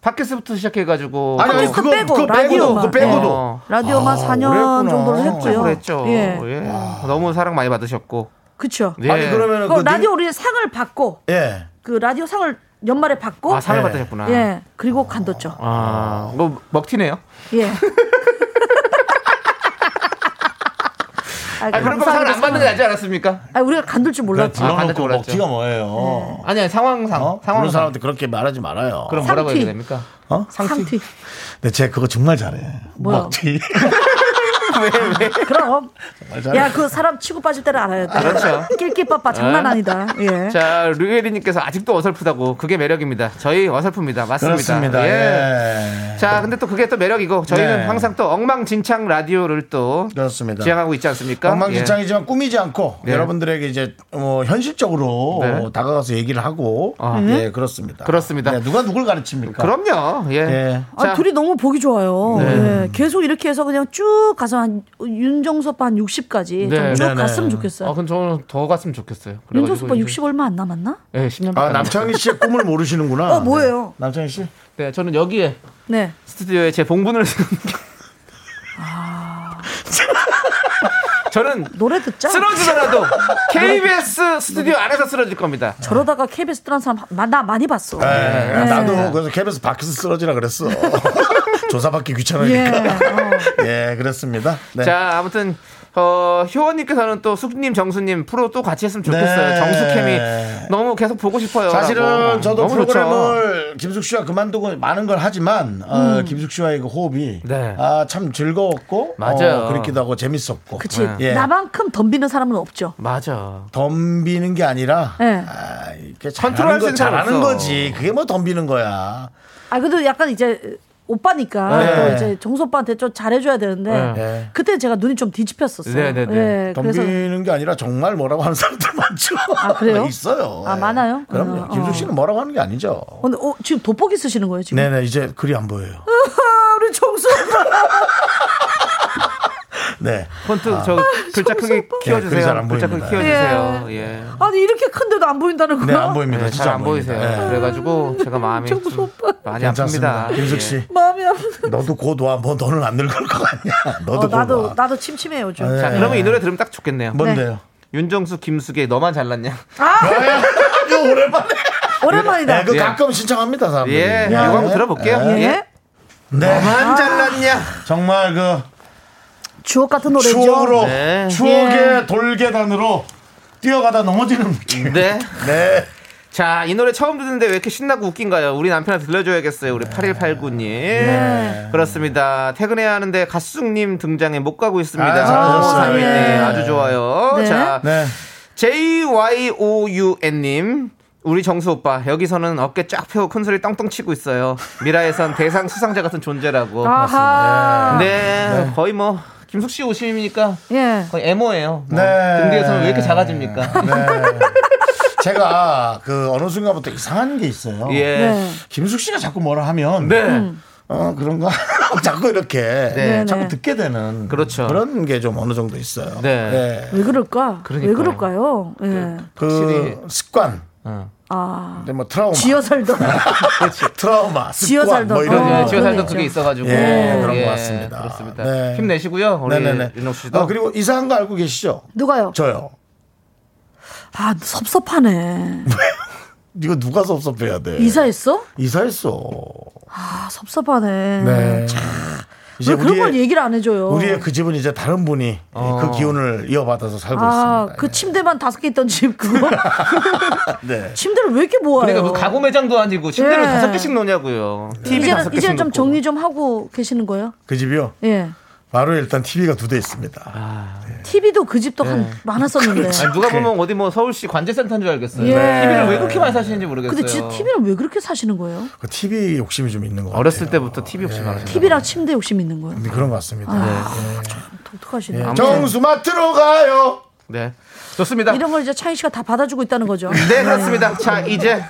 Speaker 2: 팟캐스트부터 시작해가지고
Speaker 1: 아니, 아니,
Speaker 6: 팟캐스트
Speaker 1: 그거
Speaker 6: 빼고,
Speaker 1: 그거 빼고도
Speaker 6: 라디오만.
Speaker 1: 그거 빼고도
Speaker 2: 어,
Speaker 6: 라디오만 4년
Speaker 1: 오래했구나.
Speaker 6: 정도를 했고요.
Speaker 2: 아, 그랬죠.
Speaker 6: 예.
Speaker 2: 예. 너무 사랑 많이 받으셨고.
Speaker 6: 그쵸.
Speaker 2: 예.
Speaker 1: 아니 그러면
Speaker 6: 그 라디오 우리 상을 받고
Speaker 1: 예.
Speaker 6: 그 라디오 상을 연말에 받고
Speaker 2: 아, 상을
Speaker 1: 예. 어.
Speaker 2: 받으셨구나.
Speaker 6: 예 그리고 간뒀죠.
Speaker 2: 아, 뭐 먹튀네요.
Speaker 6: 예.
Speaker 2: 아, 그런 거 상을 안 받는 게 낫지 않았습니까?
Speaker 6: 아 우리가 간둘 줄 몰랐지.
Speaker 2: 아, 반대쪽
Speaker 1: 불러놓고
Speaker 2: 올랐죠.
Speaker 1: 먹튀가 뭐예요?
Speaker 6: 네.
Speaker 2: 아니, 아니 상황상.
Speaker 1: 어? 그런
Speaker 6: 뭐.
Speaker 2: 상황상.
Speaker 1: 사람한테 그렇게 말하지 말아요.
Speaker 2: 그럼 뭐라고
Speaker 6: 상티.
Speaker 2: 해야 됩니까?
Speaker 1: 어?
Speaker 2: 그
Speaker 6: 상티.
Speaker 1: 근데 쟤 그거 정말 잘해.
Speaker 6: 그 뭐요?
Speaker 1: 먹튀.
Speaker 6: 그럼.
Speaker 1: 잘해.
Speaker 6: 야 그 사람 치고 빠질 때를 알아야 돼.
Speaker 2: 그렇죠.
Speaker 6: 낄낄빠빠 장난 아니다. 예.
Speaker 2: 네? 자, 류예리님께서 아직도 어설프다고. 그게 매력입니다. 저희 어설픕니다. 맞습니다.
Speaker 1: 그렇습니다. 예.
Speaker 2: 자, 근데 또 그게 또 매력이고 저희는
Speaker 1: 네.
Speaker 2: 항상 또 엉망진창 라디오를 또
Speaker 1: 그렇습니다.
Speaker 2: 지향하고 있지 않습니까? 예.
Speaker 1: 엉망진창이지만 꾸미지 않고
Speaker 2: 네.
Speaker 1: 여러분들에게 이제 뭐 현실적으로
Speaker 2: 네.
Speaker 1: 다가가서 얘기를 하고
Speaker 2: 아.
Speaker 6: 음?
Speaker 1: 예 그렇습니다.
Speaker 2: 그렇습니다.
Speaker 1: 네, 누가 누굴 가르칩니까?
Speaker 2: 예. 그럼요. 예.
Speaker 1: 예.
Speaker 6: 아, 둘이 너무 보기 좋아요.
Speaker 2: 네.
Speaker 6: 예. 계속 이렇게 해서 그냥 쭉 가서 한 윤정수 오빠 한 60까지
Speaker 2: 네.
Speaker 6: 좀 쭉
Speaker 1: 네, 네.
Speaker 6: 갔으면 좋겠어요.
Speaker 2: 아, 그럼 저는 더 갔으면 좋겠어요.
Speaker 6: 윤정수 오빠
Speaker 2: 그래가지고
Speaker 6: 60 얼마 안 남았나?
Speaker 2: 이제- 예, 10년.
Speaker 1: 아 남창희 씨의 꿈을 모르시는구나.
Speaker 6: 어, 뭐예요?
Speaker 1: 네. 남창희 씨?
Speaker 2: 네, 저는 여기에
Speaker 6: 네.
Speaker 2: 스튜디오에 제 봉분을 세우는
Speaker 1: 아.
Speaker 2: 게- 저는
Speaker 6: 노래 듣자.
Speaker 2: 쓰러지더라도
Speaker 1: 네.
Speaker 2: KBS 스튜디오 안에서 쓰러질 겁니다.
Speaker 6: 저러다가 KBS 뜨는 사람 마- 나 많이 봤어.
Speaker 2: 아,
Speaker 1: 예,
Speaker 6: 네.
Speaker 1: 나도 그래서 캡에서 밖에서 쓰러지라 그랬어. 조사받기
Speaker 6: 예.
Speaker 2: 그러니까.
Speaker 1: 귀찮으니까.
Speaker 6: 어.
Speaker 1: 예, 그렇습니다. 네.
Speaker 2: 자, 아무튼 어, 효원님께서는 또 숙님, 정수님 프로 또 같이 했으면 좋겠어요.
Speaker 1: 네.
Speaker 2: 정수캠이 너무 계속 보고 싶어요.
Speaker 1: 사실은
Speaker 2: 라고.
Speaker 1: 저도
Speaker 2: 너무 좋죠.
Speaker 1: 프로그램을 김숙 씨와 그만두고 많은 걸 하지만
Speaker 6: 음.
Speaker 1: 어, 김숙 씨와의 그 호흡이
Speaker 2: 네.
Speaker 1: 아, 참 즐거웠고
Speaker 2: 맞아요. 네.
Speaker 1: 어, 그립기도 하고 재밌었고
Speaker 6: 그치.
Speaker 1: 예.
Speaker 6: 나만큼 덤비는 사람은 없죠.
Speaker 2: 맞아.
Speaker 1: 덤비는 게 아니라
Speaker 6: 예.
Speaker 1: 아, 이렇게 잘하는,
Speaker 2: 컨트롤할 수
Speaker 1: 거,
Speaker 2: 있는 사람
Speaker 1: 잘하는
Speaker 2: 없어.
Speaker 1: 거지 그게 뭐 덤비는 거야
Speaker 6: 아, 그래도 약간 이제 오빠니까
Speaker 2: 네.
Speaker 6: 또 이제 정수 오빠한테 좀 잘해줘야 되는데
Speaker 1: 네.
Speaker 6: 그때 제가 눈이 좀 뒤집혔었어요.
Speaker 2: 네, 네, 네.
Speaker 6: 예, 그래서
Speaker 1: 덤비는 게 아니라 정말 뭐라고 하는 사람들 많죠
Speaker 6: 아, 그래요?
Speaker 1: 있어요
Speaker 6: 아,
Speaker 1: 예.
Speaker 6: 많아요?
Speaker 1: 그럼요
Speaker 6: 어,
Speaker 1: 김숙
Speaker 6: 어.
Speaker 1: 씨는 뭐라고 하는 게 아니죠
Speaker 6: 근데 어, 지금 돋보기 쓰시는 거예요 지금?
Speaker 1: 네네 이제 글이 안 보여요
Speaker 6: 아, 우리 정수 오빠.
Speaker 1: 네
Speaker 2: 폰트 저 글자 크게
Speaker 1: 글이 네, 잘안
Speaker 2: 키워주세요. 글자 크게
Speaker 1: 보입니다.
Speaker 2: 키워주세요. 예.
Speaker 6: 아니 이렇게 큰데도 안 보인다는 거야?
Speaker 1: 네, 안 보입니다.
Speaker 2: 잘
Speaker 1: 진짜
Speaker 2: 안
Speaker 1: 안
Speaker 2: 보이세요.
Speaker 1: 보입니다. 예.
Speaker 2: 그래가지고 제가 마음이 좀
Speaker 6: 정수 오빠.
Speaker 2: 많이
Speaker 1: 괜찮습니다.
Speaker 2: 아픕니다. 예.
Speaker 1: 김숙 씨,
Speaker 6: 마음이 아프네.
Speaker 1: 너도 곧 와. 뭐 너는 안 늙을 거 아니야. 너도
Speaker 6: 어,
Speaker 1: 곧
Speaker 6: 나도
Speaker 1: 와.
Speaker 6: 나도 침침해요 요즘.
Speaker 2: 예.
Speaker 1: 네.
Speaker 2: 자, 그러면 이 노래 들으면 딱
Speaker 1: 뭐-
Speaker 2: 좋겠네요.
Speaker 1: 뭔데요?
Speaker 2: 윤정수, 김숙의 너만 잘났냐?
Speaker 1: 아유, 오랜만에.
Speaker 6: 아, 오랜만이다.
Speaker 1: 아, 네, 그
Speaker 2: 예.
Speaker 1: 가끔 신청합니다, 사람들.
Speaker 2: 예, 이거 한번 들어볼게요.
Speaker 6: 예.
Speaker 2: 예.
Speaker 1: 네.
Speaker 2: 만 잘났냐?
Speaker 1: 정말 그
Speaker 6: 주옥 같은 노래죠.
Speaker 1: 추억으로
Speaker 2: 네.
Speaker 6: 예.
Speaker 1: 추억의 돌계단으로 뛰어가다 넘어지는 느낌.
Speaker 2: 네.
Speaker 1: 네.
Speaker 2: 자, 이 노래 처음 듣는데 왜 이렇게 신나고 웃긴가요? 우리 남편한테 들려줘야겠어요. 우리 8189님.
Speaker 1: 네.
Speaker 2: 그렇습니다. 퇴근해야 하는데 가수님 등장에 못 가고 있습니다.
Speaker 1: 아, 잘하셨어요.
Speaker 2: 오사위님,
Speaker 6: 예.
Speaker 2: 아주 좋아요.
Speaker 6: 네.
Speaker 2: 자,
Speaker 1: 네.
Speaker 2: JYOUN님. 우리 정수 오빠 여기서는 어깨 쫙 펴고 큰 소리 떵떵 치고 있어요. 미라에선 대상 수상자 같은 존재라고.
Speaker 1: 아.
Speaker 6: 아하.
Speaker 2: 네, 거의 뭐 김숙 씨 오심이니까
Speaker 6: 예.
Speaker 2: 거의 에모예요. 뭐.
Speaker 1: 네.
Speaker 2: 등 뒤에서는 왜 이렇게 작아집니까?
Speaker 1: 네. 제가 그 어느 순간부터 이상한 게 있어요.
Speaker 2: 예.
Speaker 6: 네.
Speaker 1: 김숙 씨가 자꾸 뭐라 하면
Speaker 2: 네.
Speaker 1: 어 그런가 자꾸 이렇게
Speaker 2: 네.
Speaker 1: 자꾸
Speaker 6: 네.
Speaker 1: 듣게 되는
Speaker 2: 그렇죠.
Speaker 1: 런 게 좀 어느 정도 있어요.
Speaker 2: 네.
Speaker 6: 왜 그럴까?
Speaker 2: 그러니까요. 네.
Speaker 6: 왜 그럴까요? 예.
Speaker 1: 그
Speaker 2: 확실히. 어.
Speaker 1: 습관,
Speaker 6: 아.
Speaker 1: 근데 뭐 트라우마,
Speaker 6: 지어 살던.
Speaker 1: 네. 트라우마,
Speaker 6: 지어
Speaker 1: 습관
Speaker 6: 살던.
Speaker 1: 뭐 이런
Speaker 6: 어,
Speaker 2: 네,
Speaker 1: 거.
Speaker 2: 지어 살던
Speaker 6: 그러네요.
Speaker 2: 그게 있어가지고
Speaker 1: 예, 그런 것 같습니다.
Speaker 2: 그렇습니다.
Speaker 1: 네.
Speaker 2: 힘내시고요. 우리
Speaker 1: 네네네.
Speaker 2: 윤정수 씨도
Speaker 1: 어, 그리고 이상한 거 알고 계시죠?
Speaker 6: 누가요?
Speaker 1: 저요.
Speaker 6: 아, 섭섭하네.
Speaker 1: 이거 누가 섭섭해야 돼?
Speaker 6: 이사했어?
Speaker 1: 이사했어.
Speaker 6: 아, 섭섭하네.
Speaker 1: 네.
Speaker 6: 왜 그런 걸
Speaker 1: 우리의,
Speaker 6: 얘기를 안 해줘요?
Speaker 1: 우리의 그 집은 이제 다른 분이
Speaker 2: 어.
Speaker 1: 그 기운을 이어받아서 살고
Speaker 6: 아,
Speaker 1: 있습니다.
Speaker 6: 그
Speaker 1: 예.
Speaker 6: 침대만 다섯 개 있던 집 그거?
Speaker 1: 네.
Speaker 6: 침대를 왜 이렇게 모아요?
Speaker 2: 그러니까 그 가구 매장도 아니고 침대를
Speaker 6: 예.
Speaker 2: 다섯 개씩 놓냐고요. TV 다섯 개씩
Speaker 6: 이제는
Speaker 2: 뭐.
Speaker 6: 이제는 좀
Speaker 2: 놓고.
Speaker 6: 정리 좀 하고 계시는 거예요?
Speaker 1: 그 집이요.
Speaker 6: 예.
Speaker 1: 바로 일단 TV가 두 대 있습니다.
Speaker 2: 아.
Speaker 6: TV도 그 집도 한 많았었는데.
Speaker 2: 아니, 누가 보면 어디 뭐 서울시 관제센터인 줄 알겠어요.
Speaker 6: 예.
Speaker 2: TV를 왜 그렇게 많이 사시는지 모르겠어요.
Speaker 6: 근데 진짜 TV는 왜 그렇게 사시는 거예요?
Speaker 1: 그 TV 욕심이 좀 있는 것 같아요. 음,
Speaker 2: 어렸을 때부터 TV
Speaker 6: 예.
Speaker 2: 욕심 많으셨나요?
Speaker 6: TV랑 침대 욕심 있는 거예요?
Speaker 1: 그런 것 같습니다.
Speaker 2: 아.
Speaker 6: 독특하시네.
Speaker 1: 예. 정수마트로 가요.
Speaker 2: 네. 좋습니다.
Speaker 6: 아, 이런 걸 이제 창희 씨가 다 받아주고 있다는 거죠.
Speaker 2: 네 그렇습니다. 자 이제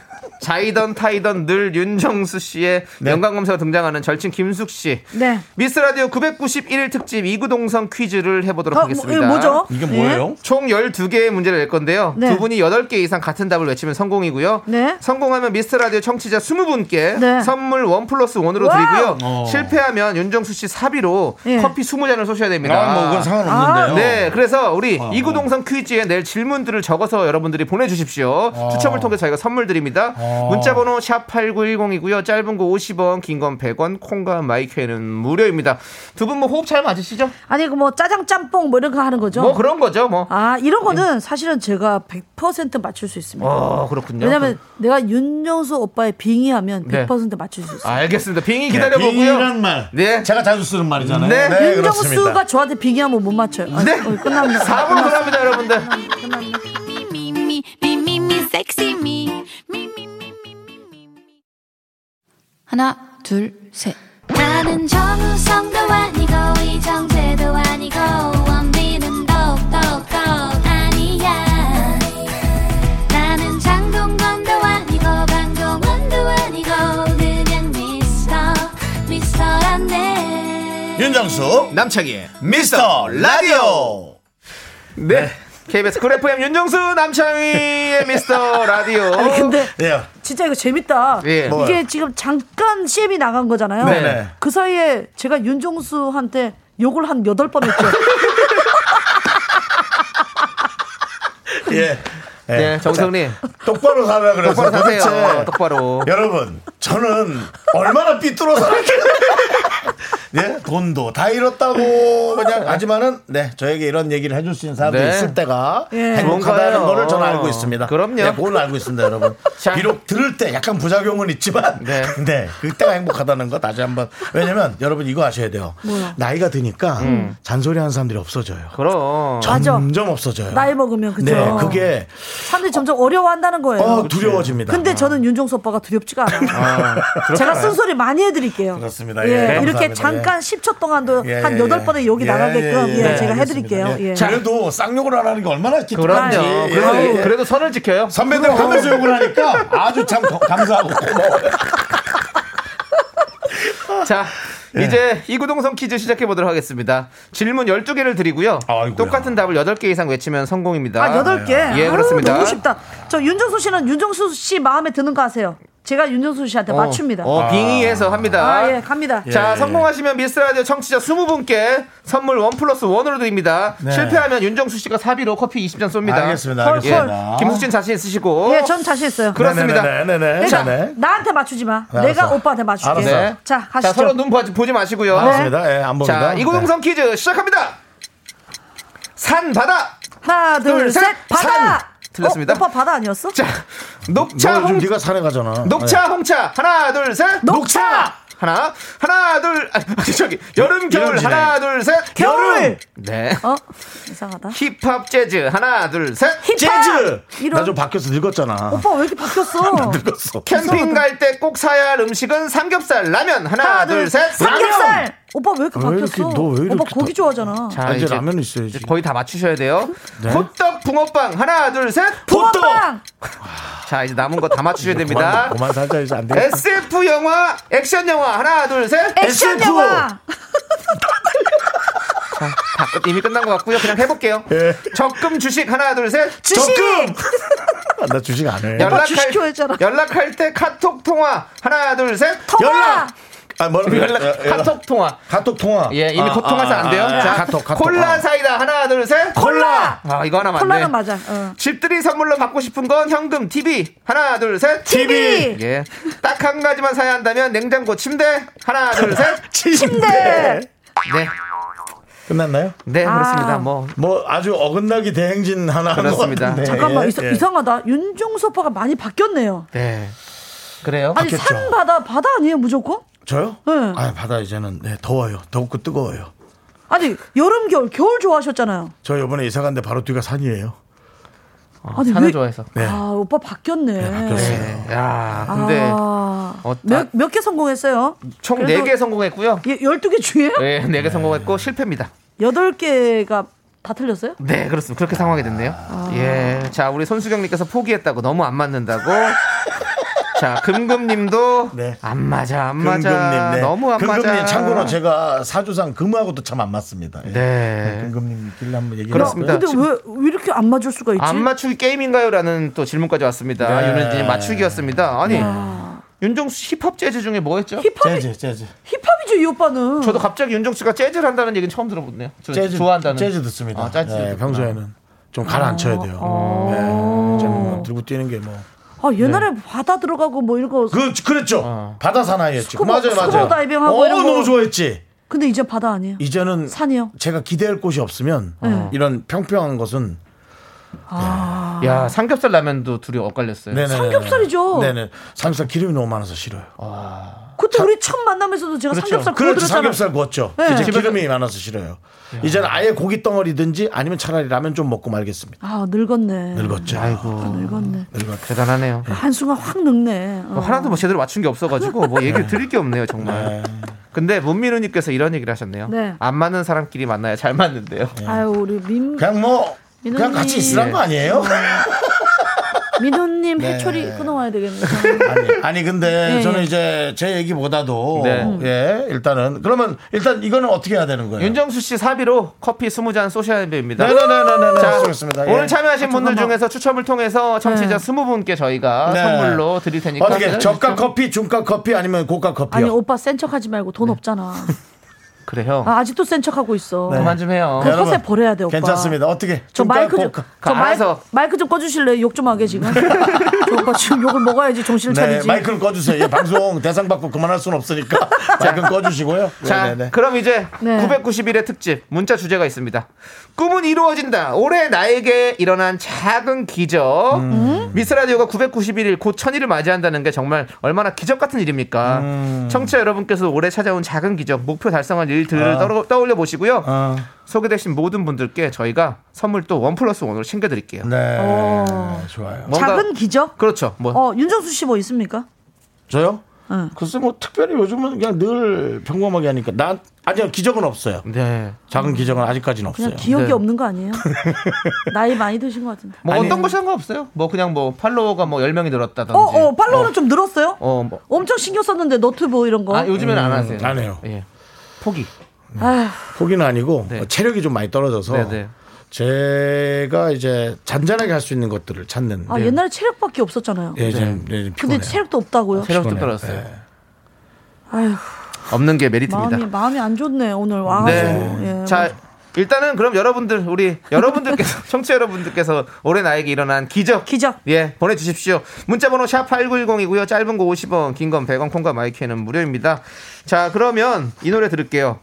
Speaker 2: 자이던 타이던 늘 윤정수 씨의 연관 검사로 등장하는 절친 김숙 씨.
Speaker 6: 네.
Speaker 2: 미스 라디오 991일 특집 이구동성 퀴즈를 해보도록
Speaker 6: 어, 뭐,
Speaker 2: 하겠습니다.
Speaker 6: 이게 뭐죠?
Speaker 2: 총 12개의 문제를 낼 건데요.
Speaker 6: 네.
Speaker 2: 두 분이 8개 이상 같은 답을 외치면 성공이고요.
Speaker 6: 네.
Speaker 2: 성공하면 미스터 라디오 청취자 20분께
Speaker 6: 네.
Speaker 2: 선물 원 플러스 원으로
Speaker 6: 와우.
Speaker 2: 드리고요.
Speaker 1: 어.
Speaker 2: 실패하면 윤정수 씨 사비로
Speaker 6: 예.
Speaker 2: 커피 20잔을 쏘셔야 됩니다.
Speaker 1: 아, 뭐 그건 상관없는데요. 아, 어.
Speaker 2: 네, 그래서 우리 이구동성 퀴즈에 낼 질문들을 적어서 여러분들이 보내주십시오.
Speaker 1: 아.
Speaker 2: 추첨을 통해 저희가 선물 드립니다. 문자번호 샵8910이고요. 짧은 거 50원, 긴 건 100원, 콩과 마이크에는 무료입니다. 두 분 뭐 호흡 잘 맞으시죠?
Speaker 6: 아니 그 뭐 짜장 짬뽕 뭐 이런 거 하는 거죠?
Speaker 2: 뭐 그런 거죠, 뭐.
Speaker 6: 아 이런 거는 사실은 제가 100% 맞출 수 있습니다.
Speaker 2: 어,
Speaker 1: 네,
Speaker 2: 그렇군요.
Speaker 6: 왜냐면 내가 윤정수 오빠의 빙의하면
Speaker 2: 네.
Speaker 6: 100% 맞출 수 있어요.
Speaker 2: 알겠습니다. 빙이 기다려보고요.
Speaker 1: 빙이란 말.
Speaker 2: 네.
Speaker 1: 제가 자주 쓰는 말이잖아요.
Speaker 2: 네.
Speaker 6: 윤정수가 저한테 빙의하면 못 맞춰요. 아,
Speaker 2: 네.
Speaker 6: 어, 끝납니다.
Speaker 2: 4부로 돌아갑니다, 여러분들.
Speaker 3: me, me, me, me, me, sexy me. Me, me, me, me, me, me, me.
Speaker 7: 하나, 둘, 셋.
Speaker 4: 나는 정우성도 아니고 이정재도 아니고 원빈은 더욱더 아니야 나는 장동건도 아니고 강동원도 아니고 그냥 미스터 미스터란데
Speaker 1: 윤정수
Speaker 2: 남창희의
Speaker 1: 미스터 라디오.
Speaker 2: 네. KBS 쿨 FM 윤정수 남창희의 미스터 라디오.
Speaker 6: 아니 근데
Speaker 1: 예.
Speaker 6: 진짜 이거 재밌다.
Speaker 2: 예.
Speaker 1: 뭐. 뭐요?
Speaker 6: 이게 지금 잠깐 CM이 나간 거잖아요.
Speaker 2: 네네.
Speaker 6: 그 사이에 제가 윤종수한테 욕을 한 여덟 번 했죠.
Speaker 1: 예. 예.
Speaker 2: 네, 정성님.
Speaker 1: 똑바로 살라 그래서
Speaker 2: 똑바로 사세요.
Speaker 1: 도대체
Speaker 2: 똑바로.
Speaker 1: 여러분, 저는 얼마나 삐뚤어 살았길래. 예, 돈도 다 잃었다고 그냥 하지만은 네 저에게 이런 얘기를 해줄 수 있는 사람들이
Speaker 2: 네.
Speaker 1: 있을 때가
Speaker 6: 예.
Speaker 1: 행복하다는
Speaker 2: 그런 거예요.
Speaker 1: 거를 저는 알고 있습니다.
Speaker 2: 그럼요.
Speaker 1: 네, 그걸 알고 있습니다, 여러분.
Speaker 2: 자.
Speaker 1: 비록 들을 때 약간 부작용은 있지만,
Speaker 2: 네.
Speaker 1: 네, 그때가 행복하다는 거 다시 한번 왜냐면 여러분 이거 아셔야 돼요. 나이가 드니까
Speaker 2: 음.
Speaker 1: 잔소리하는 사람들이 없어져요.
Speaker 2: 그럼.
Speaker 6: 맞아.
Speaker 1: 점점 없어져요.
Speaker 6: 나이 먹으면 그죠.
Speaker 1: 네, 그게
Speaker 6: 사람들이 점점 어려워한다는 거예요.
Speaker 1: 어, 두려워집니다.
Speaker 6: 근데 저는 윤종수 오빠가 두렵지가 않아요. 제가 쓴소리 많이 해드릴게요.
Speaker 1: 그렇습니다.
Speaker 6: 예,
Speaker 1: 예,
Speaker 6: 이렇게
Speaker 1: 감사합니다.
Speaker 6: 잠깐 10초 동안도
Speaker 1: 예,
Speaker 6: 한
Speaker 1: 예,
Speaker 6: 여덟
Speaker 1: 예.
Speaker 6: 번의 욕이
Speaker 1: 예,
Speaker 6: 나가게끔
Speaker 1: 예,
Speaker 6: 예,
Speaker 1: 예, 예,
Speaker 6: 제가
Speaker 1: 알겠습니다.
Speaker 6: 해드릴게요.
Speaker 1: 예.
Speaker 6: 예.
Speaker 1: 그래도 쌍욕을 안 하는 게 얼마나 기특한지.
Speaker 2: 그럼요.
Speaker 1: 예,
Speaker 2: 그래도,
Speaker 1: 예.
Speaker 2: 그래도 선을 지켜요.
Speaker 1: 선배들 하면서 욕을 하니까 아주 참 거- 감사하고 고마워요.
Speaker 2: 자, 이제 이구동성 퀴즈 시작해 보도록 하겠습니다. 질문 12개를 드리고요.
Speaker 1: 아이고야.
Speaker 2: 똑같은 답을 8개 이상 외치면 성공입니다.
Speaker 6: 아, 여덟 개.
Speaker 2: 예, 그렇습니다.
Speaker 6: 아유, 너무 쉽다. 저 윤정수 씨는 윤정수 씨 마음에 드는 거 아세요? 제가 윤정수 씨한테 맞춥니다.
Speaker 2: 어, 빙의해서 합니다.
Speaker 6: 아, 예, 갑니다.
Speaker 2: 자, 성공하시면 미스라디오 청취자 20분께 선물 원 플러스 원으로 드립니다.
Speaker 1: 네.
Speaker 2: 실패하면 윤정수 씨가 사비로 커피 20잔 쏩니다. 예.
Speaker 1: 알겠습니다.
Speaker 6: 헐,
Speaker 1: 알겠습니다. 네,
Speaker 6: 헐.
Speaker 2: 김숙진 자신 있으시고.
Speaker 6: 예, 전 자신 있어요.
Speaker 2: 그렇습니다.
Speaker 1: 네네네.
Speaker 6: 그러니까
Speaker 1: 네.
Speaker 6: 나한테 맞추지 마.
Speaker 1: 알았어.
Speaker 6: 내가 오빠한테 맞출게.
Speaker 1: 알았어.
Speaker 2: 네.
Speaker 6: 자,
Speaker 2: 자,
Speaker 6: 아, 가시죠.
Speaker 2: 서로 눈 보지, 보지 마시고요.
Speaker 1: 알았습니다. 예, 안 봅니다.
Speaker 2: 자, 이고동성 퀴즈 시작합니다. 산, 바다.
Speaker 6: 하나, 둘,
Speaker 2: 둘,
Speaker 6: 셋.
Speaker 2: 셋.
Speaker 6: 바다.
Speaker 2: 산. 틀렸습니다.
Speaker 6: 어, 오빠 바다 아니었어?
Speaker 2: 자, 녹차,
Speaker 1: 자,
Speaker 2: 홍,
Speaker 1: 뭐 좀 네가 네. 산에 가잖아.
Speaker 2: 녹차, 홍차. 하나, 둘, 셋.
Speaker 6: 녹차.
Speaker 2: 하나, 하나, 둘, 아, 저기, 여름, 겨울.
Speaker 1: 진행.
Speaker 2: 하나, 둘, 셋.
Speaker 6: 겨울.
Speaker 2: 네.
Speaker 6: 어? 이상하다.
Speaker 2: 힙합 재즈 하나 둘 셋
Speaker 6: 힙합!
Speaker 1: 네. 재즈.
Speaker 6: 이런.
Speaker 1: 나 좀 바뀌어서 늙었잖아.
Speaker 6: 오빠 왜 이렇게 바뀌었어?
Speaker 1: 늙었어.
Speaker 2: 캠핑 갈 때 꼭 사야 할 음식은 삼겹살 라면 하나
Speaker 6: 하나, 둘,
Speaker 2: 둘 셋
Speaker 6: 삼겹살. 오빠 왜 이렇게
Speaker 1: 왜 이렇게,
Speaker 6: 바뀌었어?
Speaker 1: 너왜 이렇게
Speaker 6: 오빠
Speaker 1: 다-
Speaker 6: 고기 좋아하잖아.
Speaker 2: 자,
Speaker 1: 이제 라면 있어야지.
Speaker 2: 이제 거의 다 맞추셔야 돼요
Speaker 1: 네.
Speaker 2: 호떡 붕어빵 하나 둘 셋 자
Speaker 1: 호떡!
Speaker 6: 붕어빵.
Speaker 2: 이제 남은 거 다 맞추셔야 됩니다
Speaker 1: 그만, 그만 살자 이제 안 돼.
Speaker 2: SF 영화 액션 영화 하나 둘셋
Speaker 6: 액션 영화.
Speaker 2: 이미 끝난 것 같고요 그냥 해볼게요
Speaker 1: 예.
Speaker 2: 적금 주식 하나 둘셋
Speaker 6: 주식.
Speaker 1: 아, 나 예. 뭐 주식 안 해.
Speaker 6: 연락- 주식 좋아했잖아.
Speaker 2: 연락할 때 카톡 통화 하나 둘셋
Speaker 6: 통화.
Speaker 1: 연락! 아, 뭐라고?
Speaker 2: 연락
Speaker 1: 예, 예,
Speaker 2: 카톡 통화
Speaker 1: 카톡 통화.
Speaker 2: 예, 이미
Speaker 1: 아,
Speaker 2: 고통해서
Speaker 1: 아,
Speaker 2: 안 돼요.
Speaker 1: 아, 아,
Speaker 2: 자,
Speaker 1: 카톡, 카톡.
Speaker 2: 콜라
Speaker 1: 아.
Speaker 2: 사이다 하나, 둘, 셋.
Speaker 6: 콜라!
Speaker 2: 아, 이거 하나 맞네.
Speaker 6: 콜라는 맞아. 어.
Speaker 2: 집들이 선물로 받고 싶은 건 현금, TV. 하나, 둘, 셋.
Speaker 6: TV.
Speaker 2: 예. 딱 한 가지만 사야 한다면 냉장고, 침대. 하나, 둘, 셋.
Speaker 6: 침대.
Speaker 2: 네.
Speaker 1: 끝났나요?
Speaker 2: 네,
Speaker 6: 아.
Speaker 2: 그렇습니다. 뭐
Speaker 1: 뭐 아주 어긋나기 대행진 하나 한것
Speaker 2: 그렇습니다.
Speaker 1: 같은데.
Speaker 6: 잠깐만
Speaker 1: 예,
Speaker 6: 이상-
Speaker 1: 예.
Speaker 6: 이상하다. 윤종수 오빠가 많이 바뀌었네요.
Speaker 2: 네. 그래요?
Speaker 6: 아니
Speaker 1: 바뀌었죠.
Speaker 6: 산 바다 바다 아니에요 무조건?
Speaker 1: 저요?
Speaker 6: 예.
Speaker 1: 아 바다 이제는 네, 더워요. 덥고 뜨거워요.
Speaker 6: 아니 여름 겨울 겨울 좋아하셨잖아요.
Speaker 1: 저 이번에 이사 갔는데 바로 뒤가 산이에요.
Speaker 2: 아,
Speaker 6: 아니,
Speaker 2: 산을
Speaker 6: 왜-
Speaker 2: 좋아해서.
Speaker 1: 네.
Speaker 6: 아 오빠 바뀌었네. 아.
Speaker 1: 바뀌었어요.
Speaker 2: 네. 야, 근데 어, 아,
Speaker 6: 몇몇 개 성공했어요?
Speaker 2: 총
Speaker 1: 네
Speaker 6: 그래도
Speaker 2: 4개 성공했고요.
Speaker 6: 예, 12개 중에
Speaker 2: 네, 4개 성공했고 실패입니다.
Speaker 6: 여덟 개가 다 틀렸어요?
Speaker 2: 네, 그렇습니다. 그렇게 상황이 됐네요. 예. 자, 우리 손수경님께서 포기했다고 너무 안 맞는다고. 자, 금금님도
Speaker 1: 네.
Speaker 2: 안 맞아, 안
Speaker 1: 금금님,
Speaker 2: 맞아.
Speaker 1: 네.
Speaker 2: 너무 안
Speaker 1: 금금님,
Speaker 2: 맞아.
Speaker 1: 참고로 제가 사주상 금하고도 참 안 맞습니다. 예.
Speaker 2: 네.
Speaker 1: 금금님 길래 한번 얘기해
Speaker 2: 그렇습니다.
Speaker 6: 근데 왜, 왜 이렇게 안 맞을 수가 있지?
Speaker 2: 안 맞추기 게임인가요라는 또 질문까지 왔습니다.
Speaker 1: 네.
Speaker 2: 윤은진님 맞추기였습니다. 아니 윤종수 씨 힙합 재즈 중에 뭐였죠?
Speaker 6: 힙합이
Speaker 1: 재즈, 재즈.
Speaker 6: 힙합이죠 이 오빠는.
Speaker 2: 저도 갑자기 윤종수 씨가 재즈를 한다는 얘기는 처음 들어보네요. 저 좋아한다는.
Speaker 1: 재즈 듣습니다.
Speaker 2: 아, 재즈
Speaker 1: 예,
Speaker 2: 듣구나.
Speaker 1: 평소에는 좀 가라앉혀야 돼요. 네.
Speaker 6: 어.
Speaker 1: 저는 뭐 들고 뛰는 게 뭐.
Speaker 6: 아 옛날에 바다 들어가고 뭐 이런 거.
Speaker 1: 그 그랬죠.
Speaker 2: 어.
Speaker 1: 바다 사나이였죠.
Speaker 6: 스쿠버-
Speaker 1: 맞아요, 맞아요.
Speaker 6: 스쿠버 다이빙하고
Speaker 1: 어,
Speaker 6: 이런 거.
Speaker 1: 너무 좋아했지.
Speaker 6: 근데 이제 바다 아니에요.
Speaker 1: 이제는
Speaker 6: 산이요?
Speaker 1: 제가 기대할 곳이 없으면
Speaker 6: 네.
Speaker 1: 이런 평평한 것은
Speaker 2: 야 삼겹살 라면도 둘이 엇갈렸어요.
Speaker 1: 네네.
Speaker 6: 삼겹살이죠.
Speaker 1: 네네. 삼겹살 기름이 너무 많아서 싫어요.
Speaker 6: 그때 우리 처음 만나면서도 제가 삼겹살
Speaker 1: 그렇죠.
Speaker 6: 구워드렸잖아요.
Speaker 1: 삼겹살 구웠죠.
Speaker 6: 네.
Speaker 1: 이제 기름이 많아서 싫어요. 이제는 아예 고기 덩어리든지 아니면 차라리 라면 좀 먹고 말겠습니다.
Speaker 6: 아 늙었네.
Speaker 1: 늙었죠.
Speaker 2: 아이고
Speaker 6: 늙었네.
Speaker 2: 대단하네요.
Speaker 6: 한순간 확 늙네. 어.
Speaker 2: 뭐 하나도 뭐 제대로 맞춘 게 없어가지고 뭐 얘기를 드릴 게 없네요 정말. 근데 문민우님께서 이런 얘기를 하셨네요.
Speaker 6: 네.
Speaker 2: 안 맞는 사람끼리 만나야 잘 맞는데요.
Speaker 1: 네. 어.
Speaker 6: 아유 우리 민
Speaker 1: 그냥 뭐 그냥
Speaker 6: 민호님. 음.
Speaker 1: 같이 있으란 거 아니에요?
Speaker 6: 민호님
Speaker 1: 네.
Speaker 6: 해초리 끊어와야 되겠네요.
Speaker 1: 아니, 아니, 근데
Speaker 6: 예,
Speaker 1: 저는
Speaker 6: 예.
Speaker 1: 이제 제 얘기보다도
Speaker 2: 네.
Speaker 1: 예 일단은 그러면 일단 이거는 어떻게 해야 되는 거예요?
Speaker 2: 윤정수 씨 사비로 커피 20잔 쏘셔야 됩니다.
Speaker 1: 네네네네네.
Speaker 2: 자,
Speaker 1: 좋습니다. 예.
Speaker 2: 오늘 참여하신 분들 중에서 추첨을 통해서 청취자
Speaker 6: 네.
Speaker 2: 20분께 저희가
Speaker 1: 네.
Speaker 2: 선물로 드릴 테니까 네.
Speaker 1: 어떻게 저가
Speaker 2: 기다려주십시오.
Speaker 1: 커피, 중가 커피 아니면 고가
Speaker 6: 그러니까 그렇죠. 아니
Speaker 1: 커피요?
Speaker 6: 오빠 센 척하지 말고
Speaker 1: 네.
Speaker 6: 돈 없잖아.
Speaker 2: 그래요.
Speaker 6: 아, 아직도 센 척하고 있어.
Speaker 1: 네.
Speaker 2: 그만 좀 해요.
Speaker 6: 그
Speaker 1: 여러분,
Speaker 6: 허세 버려야 돼 오빠.
Speaker 1: 괜찮습니다. 어떻게?
Speaker 6: 저
Speaker 1: 중가,
Speaker 6: 마이크 좀,
Speaker 1: 고가.
Speaker 6: 저 마이크,
Speaker 2: 알아서.
Speaker 6: 마이크 좀 꺼주실래요? 욕 좀 하게 지금. 저 오빠 지금 욕을 먹어야지 정신을
Speaker 1: 네,
Speaker 6: 차리지.
Speaker 1: 마이크를 꺼주세요. 예, 방송 대상 받고 그만할 수는 없으니까 마이크 꺼주시고요.
Speaker 2: 자,
Speaker 1: 네네네.
Speaker 2: 그럼 이제
Speaker 6: 네.
Speaker 2: 991의 특집 문자 주제가 있습니다. 꿈은 이루어진다. 올해 나에게 일어난 작은 기적.
Speaker 1: 음.
Speaker 2: 미스 라디오가 991일 곧 천일을 맞이한다는 게 정말 얼마나 기적 같은 일입니까?
Speaker 1: 음.
Speaker 2: 청취자 여러분께서 올해 찾아온 작은 기적, 목표 달성한 일들을 떠- 떠올려 보시고요.
Speaker 1: 어,
Speaker 2: 소개되신 모든 분들께 저희가 선물 또 원 플러스 원으로 챙겨드릴게요.
Speaker 1: 네,
Speaker 6: 어.
Speaker 1: 좋아요.
Speaker 2: 뭔가-
Speaker 6: 작은 기적?
Speaker 2: 그렇죠. 뭐
Speaker 6: 어 윤정수 씨 뭐 있습니까?
Speaker 1: 저요?
Speaker 6: 응.
Speaker 1: 글쎄 뭐 특별히 요즘은 그냥 늘 평범하게 하니까 난 아직 기적은 없어요.
Speaker 2: 네.
Speaker 1: 작은 기적은 아직까지는 없어요.
Speaker 6: 그냥 기억이
Speaker 2: 네.
Speaker 6: 없는 거 아니에요? 나이 많이 드신 것 같은데.
Speaker 2: 뭐
Speaker 1: 아니.
Speaker 2: 어떤 거 상관없어요. 뭐 그냥 뭐 팔로워가 뭐 10명이 늘었다든지.
Speaker 6: 어, 어, 팔로우는 좀 늘었어요?
Speaker 2: 어, 뭐.
Speaker 6: 엄청 신경 썼는데 너튜브 이런 거.
Speaker 2: 아, 요즘엔 안 하세요.
Speaker 1: 음. 안 해요.
Speaker 2: 예. 포기.
Speaker 6: 아휴,
Speaker 1: 포기는 아니고
Speaker 2: 네.
Speaker 1: 어, 체력이 좀 많이 떨어져서
Speaker 2: 네, 네.
Speaker 1: 제가 이제 잔잔하게 할 수 있는 것들을 찾는.
Speaker 6: 아 옛날에 체력밖에 없었잖아요.
Speaker 1: 네. 예, 좀, 예, 좀
Speaker 6: 근데
Speaker 1: 피곤해요.
Speaker 6: 체력도 없다고요.
Speaker 2: 아, 체력도
Speaker 1: 피곤해요.
Speaker 2: 떨어졌어요.
Speaker 1: 예.
Speaker 6: 아휴
Speaker 2: 없는 게
Speaker 6: 마음이
Speaker 2: 메리트입니다.
Speaker 6: 마음이 안 좋네 오늘 와.
Speaker 2: 네.
Speaker 6: 예,
Speaker 2: 자, 일단은 그럼 여러분들 우리 여러분들께서 청취 자 여러분들께서 올해 나에게 일어난 기적
Speaker 6: 기적.
Speaker 2: 예, 보내 주십시오. 문자 번호 샵 8910이고요. 짧은 거 50원, 긴 건 100원, 콩과 마이크는 무료입니다. 자, 그러면 이 노래 들을게요.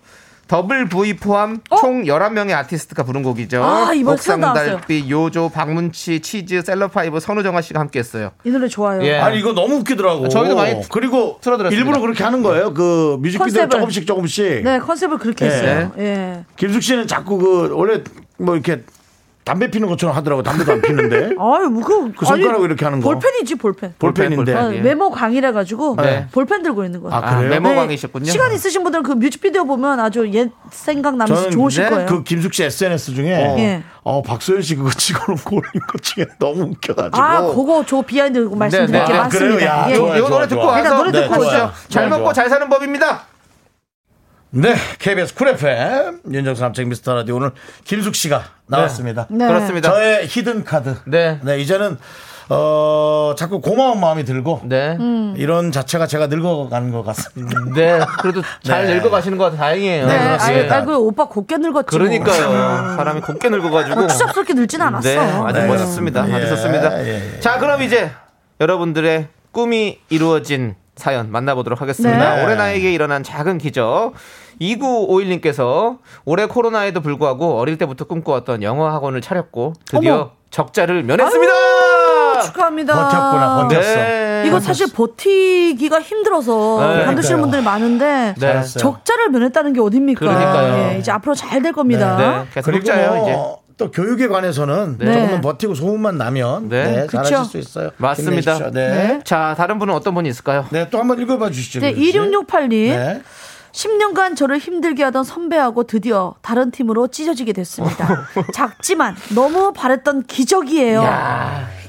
Speaker 2: 더블 V 포함 총 11명의 아티스트가 부른 곡이죠.
Speaker 6: 어? 아, 이번 새로 나왔어요.
Speaker 2: 옥상달빛, 요조, 박문치, 치즈, 셀럽파이브, 선우정아 씨가 함께 했어요.
Speaker 6: 이 노래 좋아요.
Speaker 2: 예.
Speaker 1: 아니 이거 너무 웃기더라고.
Speaker 2: 저희도 많이
Speaker 1: 그리고
Speaker 2: 틀어드렸습니다.
Speaker 1: 일부러 그렇게 하는 거예요. 그 뮤직비디오
Speaker 6: 컨셉을.
Speaker 1: 조금씩 조금씩.
Speaker 6: 네 컨셉을 그렇게
Speaker 1: 예.
Speaker 6: 했어요. 예.
Speaker 1: 김숙 씨는 자꾸 그 원래 뭐 이렇게 담배 피는 것처럼 하더라고. 담배도 안 피는데.
Speaker 6: 아유 뭐그
Speaker 1: 그 손가락으로 이렇게 하는 거.
Speaker 6: 볼펜이지 볼펜.
Speaker 1: 볼펜인데.
Speaker 6: 아,
Speaker 2: 예.
Speaker 6: 메모 강의라 가지고
Speaker 2: 네.
Speaker 6: 볼펜 들고 있는 거예요.
Speaker 1: 아,
Speaker 2: 아,
Speaker 1: 그래요?
Speaker 2: 메모광이셨군요.
Speaker 6: 시간 있으신 분들은 그 뮤직비디오 보면 아주 옛 생각 나면서
Speaker 1: 저는
Speaker 6: 좋으실
Speaker 2: 네,
Speaker 6: 거예요.
Speaker 1: 그 김숙 씨 SNS 중에
Speaker 6: 예.
Speaker 1: 어, 박소연 씨 그거 찍어놓고 올린 것 중에 너무 웃겨가지고.
Speaker 6: 아, 그거 저 비하인드 말씀드릴
Speaker 2: 네,
Speaker 6: 게
Speaker 2: 네.
Speaker 1: 아, 그래요?
Speaker 6: 많습니다.
Speaker 1: 야,
Speaker 6: 예.
Speaker 1: 좋아요.
Speaker 2: 요 노래 듣고
Speaker 1: 좋아.
Speaker 2: 와서
Speaker 6: 일단 노래
Speaker 2: 네,
Speaker 6: 듣고
Speaker 2: 좋아요.
Speaker 6: 오시죠.
Speaker 1: 좋아요,
Speaker 2: 잘 먹고
Speaker 1: 좋아.
Speaker 2: 잘 사는 법입니다.
Speaker 1: 네, KBS 쿨 FM 윤정수 남창 미스터 라디오 오늘 김숙 씨가 나왔습니다.
Speaker 6: 네.
Speaker 2: 그렇습니다.
Speaker 1: 저의 히든 카드.
Speaker 2: 네.
Speaker 1: 이제는 어 자꾸 고마운 마음이 들고
Speaker 2: 네.
Speaker 1: 이런 자체가 제가 늙어가는 것 같습니다.
Speaker 2: 네, 그래도 잘
Speaker 1: 네.
Speaker 2: 늙어가시는 것 같아 다행이에요.
Speaker 1: 네,
Speaker 6: 네, 아이,
Speaker 1: 그렇습니다.
Speaker 2: 예.
Speaker 6: 아이고 오빠 곱게 늙었지.
Speaker 2: 그러니까요. 사람이 곱게 늙어가지고.
Speaker 6: 뭐. 추잡스럽게 늙진 않았어.
Speaker 2: 네, 아주
Speaker 1: 네.
Speaker 2: 멋있습니다.
Speaker 1: 예,
Speaker 2: 아주 좋습니다.
Speaker 1: 예, 예.
Speaker 2: 자, 그럼 이제 여러분들의 꿈이 이루어진 사연 만나보도록 하겠습니다.
Speaker 1: 네.
Speaker 2: 올해 나에게 일어난 작은 기적. 2951님께서 올해 코로나에도 불구하고 어릴 때부터 꿈꿔왔던 영어 학원을 차렸고 드디어
Speaker 6: 어머.
Speaker 2: 적자를 면했습니다.
Speaker 6: 어, 축하합니다.
Speaker 1: 버텼구나, 버텼어.
Speaker 2: 네.
Speaker 6: 이거 사실 버티기가 힘들어서
Speaker 2: 네.
Speaker 1: 그러니까요.
Speaker 6: 관두시는 분들이 많은데
Speaker 2: 네. 잘했어요.
Speaker 6: 적자를 면했다는 게 어딥니까?
Speaker 2: 그러니까요.
Speaker 6: 예, 이제 앞으로 잘 될 겁니다.
Speaker 2: 네, 계속
Speaker 1: 그리고
Speaker 2: 적자예요 이제.
Speaker 1: 뭐 또 교육에 관해서는
Speaker 6: 네.
Speaker 1: 조금만 버티고 소문만 나면
Speaker 2: 네.
Speaker 1: 네,
Speaker 6: 그쵸.
Speaker 1: 잘하실 수 있어요.
Speaker 2: 맞습니다.
Speaker 1: 힘내십시오. 네.
Speaker 2: 자, 다른 분은 어떤 분이 있을까요?
Speaker 1: 네, 또 한번 읽어봐 주시죠.
Speaker 6: 네,
Speaker 1: 김숙 씨.
Speaker 6: 2668님.
Speaker 1: 네.
Speaker 6: 10년간 저를 힘들게 하던 선배하고 드디어 다른 팀으로 찢어지게 됐습니다. 작지만 너무 바랬던 기적이에요.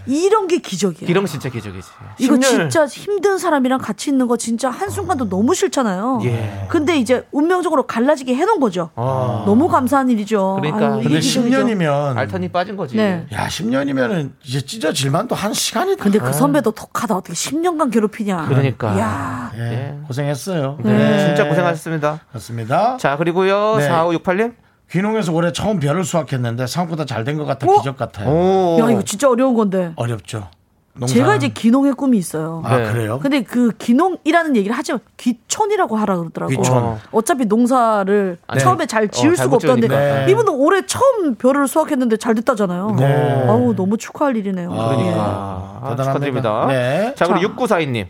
Speaker 6: 이런 게 기적이에요.
Speaker 2: 기령 진짜 기적이지.
Speaker 6: 이거
Speaker 2: 10년 을
Speaker 6: 진짜 힘든 사람이랑 같이 있는 거 진짜 한순간도 너무 싫잖아요.
Speaker 2: 예. 아.
Speaker 6: 근데 이제 운명적으로 갈라지게 해놓은 거죠. 너무 감사한 일이죠.
Speaker 2: 그러니까.
Speaker 6: 아유, 이게
Speaker 1: 근데
Speaker 6: 기적이죠.
Speaker 1: 10년이면
Speaker 2: 알탄이 뭐. 빠진 거지.
Speaker 6: 네.
Speaker 1: 야 10년이면은 이제 찢어질만 또 한 시간이 다
Speaker 6: 근데 그 선배도 독하다. 어떻게 10년간 괴롭히냐.
Speaker 2: 아. 그러니까.
Speaker 6: 야
Speaker 1: 예, 고생했어요.
Speaker 2: 네, 진짜 고생하셨습니다.
Speaker 1: 그렇습니다.
Speaker 2: 자, 그리고요.
Speaker 1: 네.
Speaker 2: 4568님.
Speaker 1: 귀농에서 올해 처음 별을 수확했는데 생각보다 잘 된 것 같아
Speaker 6: 어?
Speaker 1: 기적 같아요.
Speaker 2: 오.
Speaker 6: 야, 이거 진짜 어려운 건데.
Speaker 1: 어렵죠. 농사는.
Speaker 6: 제가 이제 기농의 꿈이 있어요.
Speaker 1: 아
Speaker 2: 네.
Speaker 1: 그래요?
Speaker 6: 근데 그 기농이라는 얘기를 하지 마. 귀촌이라고 하라 그러더라고.
Speaker 1: 귀촌.
Speaker 6: 어. 어차피 농사를
Speaker 2: 네.
Speaker 6: 처음에 잘
Speaker 2: 어,
Speaker 6: 지을
Speaker 2: 잘
Speaker 6: 수가
Speaker 2: 못 지으니까.
Speaker 6: 없다는데
Speaker 1: 네.
Speaker 6: 이분은 올해 처음 벼를 수확했는데 잘 됐다잖아요.
Speaker 1: 네.
Speaker 6: 아우 너무 축하할 일이네요.
Speaker 1: 아,
Speaker 6: 예.
Speaker 2: 아,
Speaker 1: 그러니까. 대단합니다.
Speaker 2: 축하드립니다.
Speaker 1: 네.
Speaker 2: 자,
Speaker 6: 자.
Speaker 2: 그리고 6942님.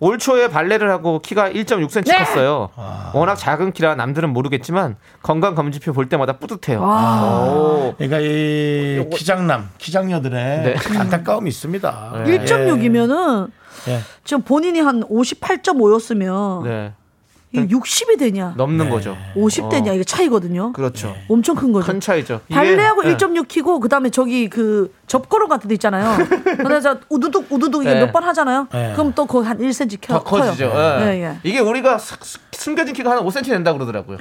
Speaker 2: 올 초에 발레를 하고 키가 1.6cm
Speaker 6: 네.
Speaker 2: 컸어요. 워낙 작은 키라 남들은 모르겠지만 건강 검진표 볼 때마다 뿌듯해요.
Speaker 6: 아.
Speaker 2: 오.
Speaker 1: 그러니까 이 키장남, 키장녀들의 안타까움이 있습니다.
Speaker 2: 네.
Speaker 6: 1.6이면은
Speaker 1: 예.
Speaker 6: 지금 본인이 한 58.5였으면
Speaker 2: 네.
Speaker 6: 이게 60이 되냐,
Speaker 2: 넘는 거죠.
Speaker 6: 50
Speaker 2: 어.
Speaker 6: 되냐 이게 차이거든요.
Speaker 2: 네. 그렇죠.
Speaker 6: 엄청 큰 거죠.
Speaker 2: 큰 차이죠. 이게-
Speaker 6: 발레하고
Speaker 2: 네.
Speaker 6: 1.6 키고 그다음에 저기 그 접걸음 같은 데 있잖아요. 그래서 우두둑 우두둑 이게
Speaker 2: 네.
Speaker 6: 몇 번 하잖아요.
Speaker 1: 네.
Speaker 6: 그럼 또 거의 한 1cm 켜,
Speaker 2: 더 커지죠.
Speaker 6: 커요.
Speaker 2: 예.
Speaker 6: 네, 예.
Speaker 2: 이게 우리가 스- 스- 숨겨진 키가 한 5cm 된다 그러더라고요.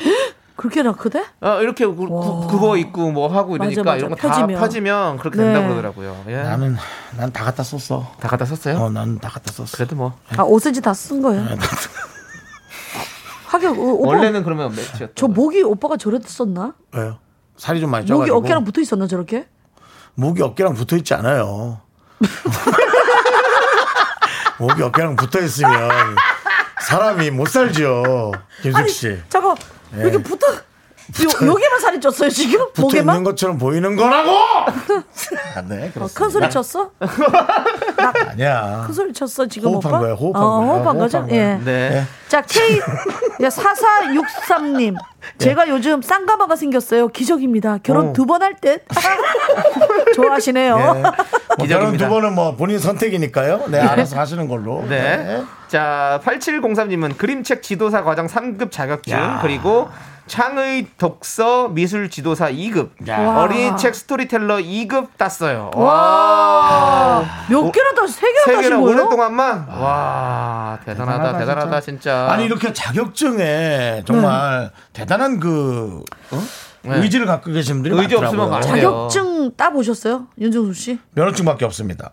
Speaker 6: 그렇게 낙크대?
Speaker 2: 아, 이렇게 구, 구, 그거 입고 뭐 하고
Speaker 6: 맞아,
Speaker 2: 이러니까
Speaker 6: 맞아.
Speaker 2: 이런 거 다 펴지면.
Speaker 6: 펴지면.
Speaker 2: 그렇게
Speaker 6: 네.
Speaker 2: 된다 고 그러더라고요. 예.
Speaker 1: 나는 난 다 갖다 썼어.
Speaker 2: 다 갖다 썼어요?
Speaker 1: 어, 난 다 갖다 썼어.
Speaker 2: 그래도 뭐
Speaker 6: 아 5cm 다 쓴 거예요.
Speaker 1: 네.
Speaker 6: 하긴 어, 오빠
Speaker 2: 원래는 그러면 몇이었죠?
Speaker 6: 저 뭐- 목이 오빠가 저랬었나?
Speaker 1: 왜요? 예. 살이 좀 많이 쪄
Speaker 6: 목이
Speaker 1: 가지고
Speaker 6: 어깨랑 붙어 있었나 저렇게?
Speaker 1: 목이 어깨랑 붙어 있지 않아요. 목이 어깨랑 붙어 있으면 사람이 못 살죠. 김숙
Speaker 6: 아니
Speaker 1: 씨.
Speaker 6: 잠깐 만 이렇게 붙어 요, 여기만 살이 쪘어요 지금
Speaker 1: 예. 붙어 있는
Speaker 6: 목에만?
Speaker 1: 것처럼 보이는 거라고! 아, 네,
Speaker 6: 어,
Speaker 1: 그렇습니다.
Speaker 6: 큰 소리 쳤어?
Speaker 1: 아니야.
Speaker 6: 큰 소리 쳤어 지금
Speaker 1: 호흡한
Speaker 6: 오빠?
Speaker 1: 거예요, 호흡한
Speaker 6: 어,
Speaker 1: 거예요.
Speaker 6: 호흡한 거죠?
Speaker 1: 호흡한
Speaker 6: 예.
Speaker 1: 거예요.
Speaker 2: 네.
Speaker 6: 자 K 4463님
Speaker 2: 네.
Speaker 6: 제가 요즘 쌍가마가 생겼어요 기적입니다 결혼 두 번 할 때 좋아하시네요
Speaker 1: 네. 뭐 결혼
Speaker 2: 기적입니다.
Speaker 1: 두 번은 뭐 본인 선택이니까요. 네, 알아서 하시는 걸로. 네.
Speaker 2: 네. 자, 8703님은 그림책 지도사 과정 3급 자격증
Speaker 1: 야.
Speaker 2: 그리고 창의 독서 미술 지도사 2급,
Speaker 1: 야.
Speaker 2: 어린이 책 스토리텔러 2급 땄어요.
Speaker 6: 와, 몇
Speaker 2: 오,
Speaker 6: 개나 다시 세 개나
Speaker 2: 세
Speaker 6: 다시
Speaker 2: 개나
Speaker 6: 뭐예요?
Speaker 2: 5년 동안만 와 대단하다
Speaker 1: 아. 대단하다,
Speaker 2: 대단하다 진짜.
Speaker 1: 아니 이렇게 자격증에 정말 대단한 그 어?
Speaker 2: 음. 네.
Speaker 1: 의지를 갖고 계신 분들이
Speaker 2: 의지
Speaker 1: 많더라고요.
Speaker 2: 없으면 안 돼요.
Speaker 6: 자격증 따 보셨어요, 윤정수 씨?
Speaker 1: 면허증밖에 없습니다.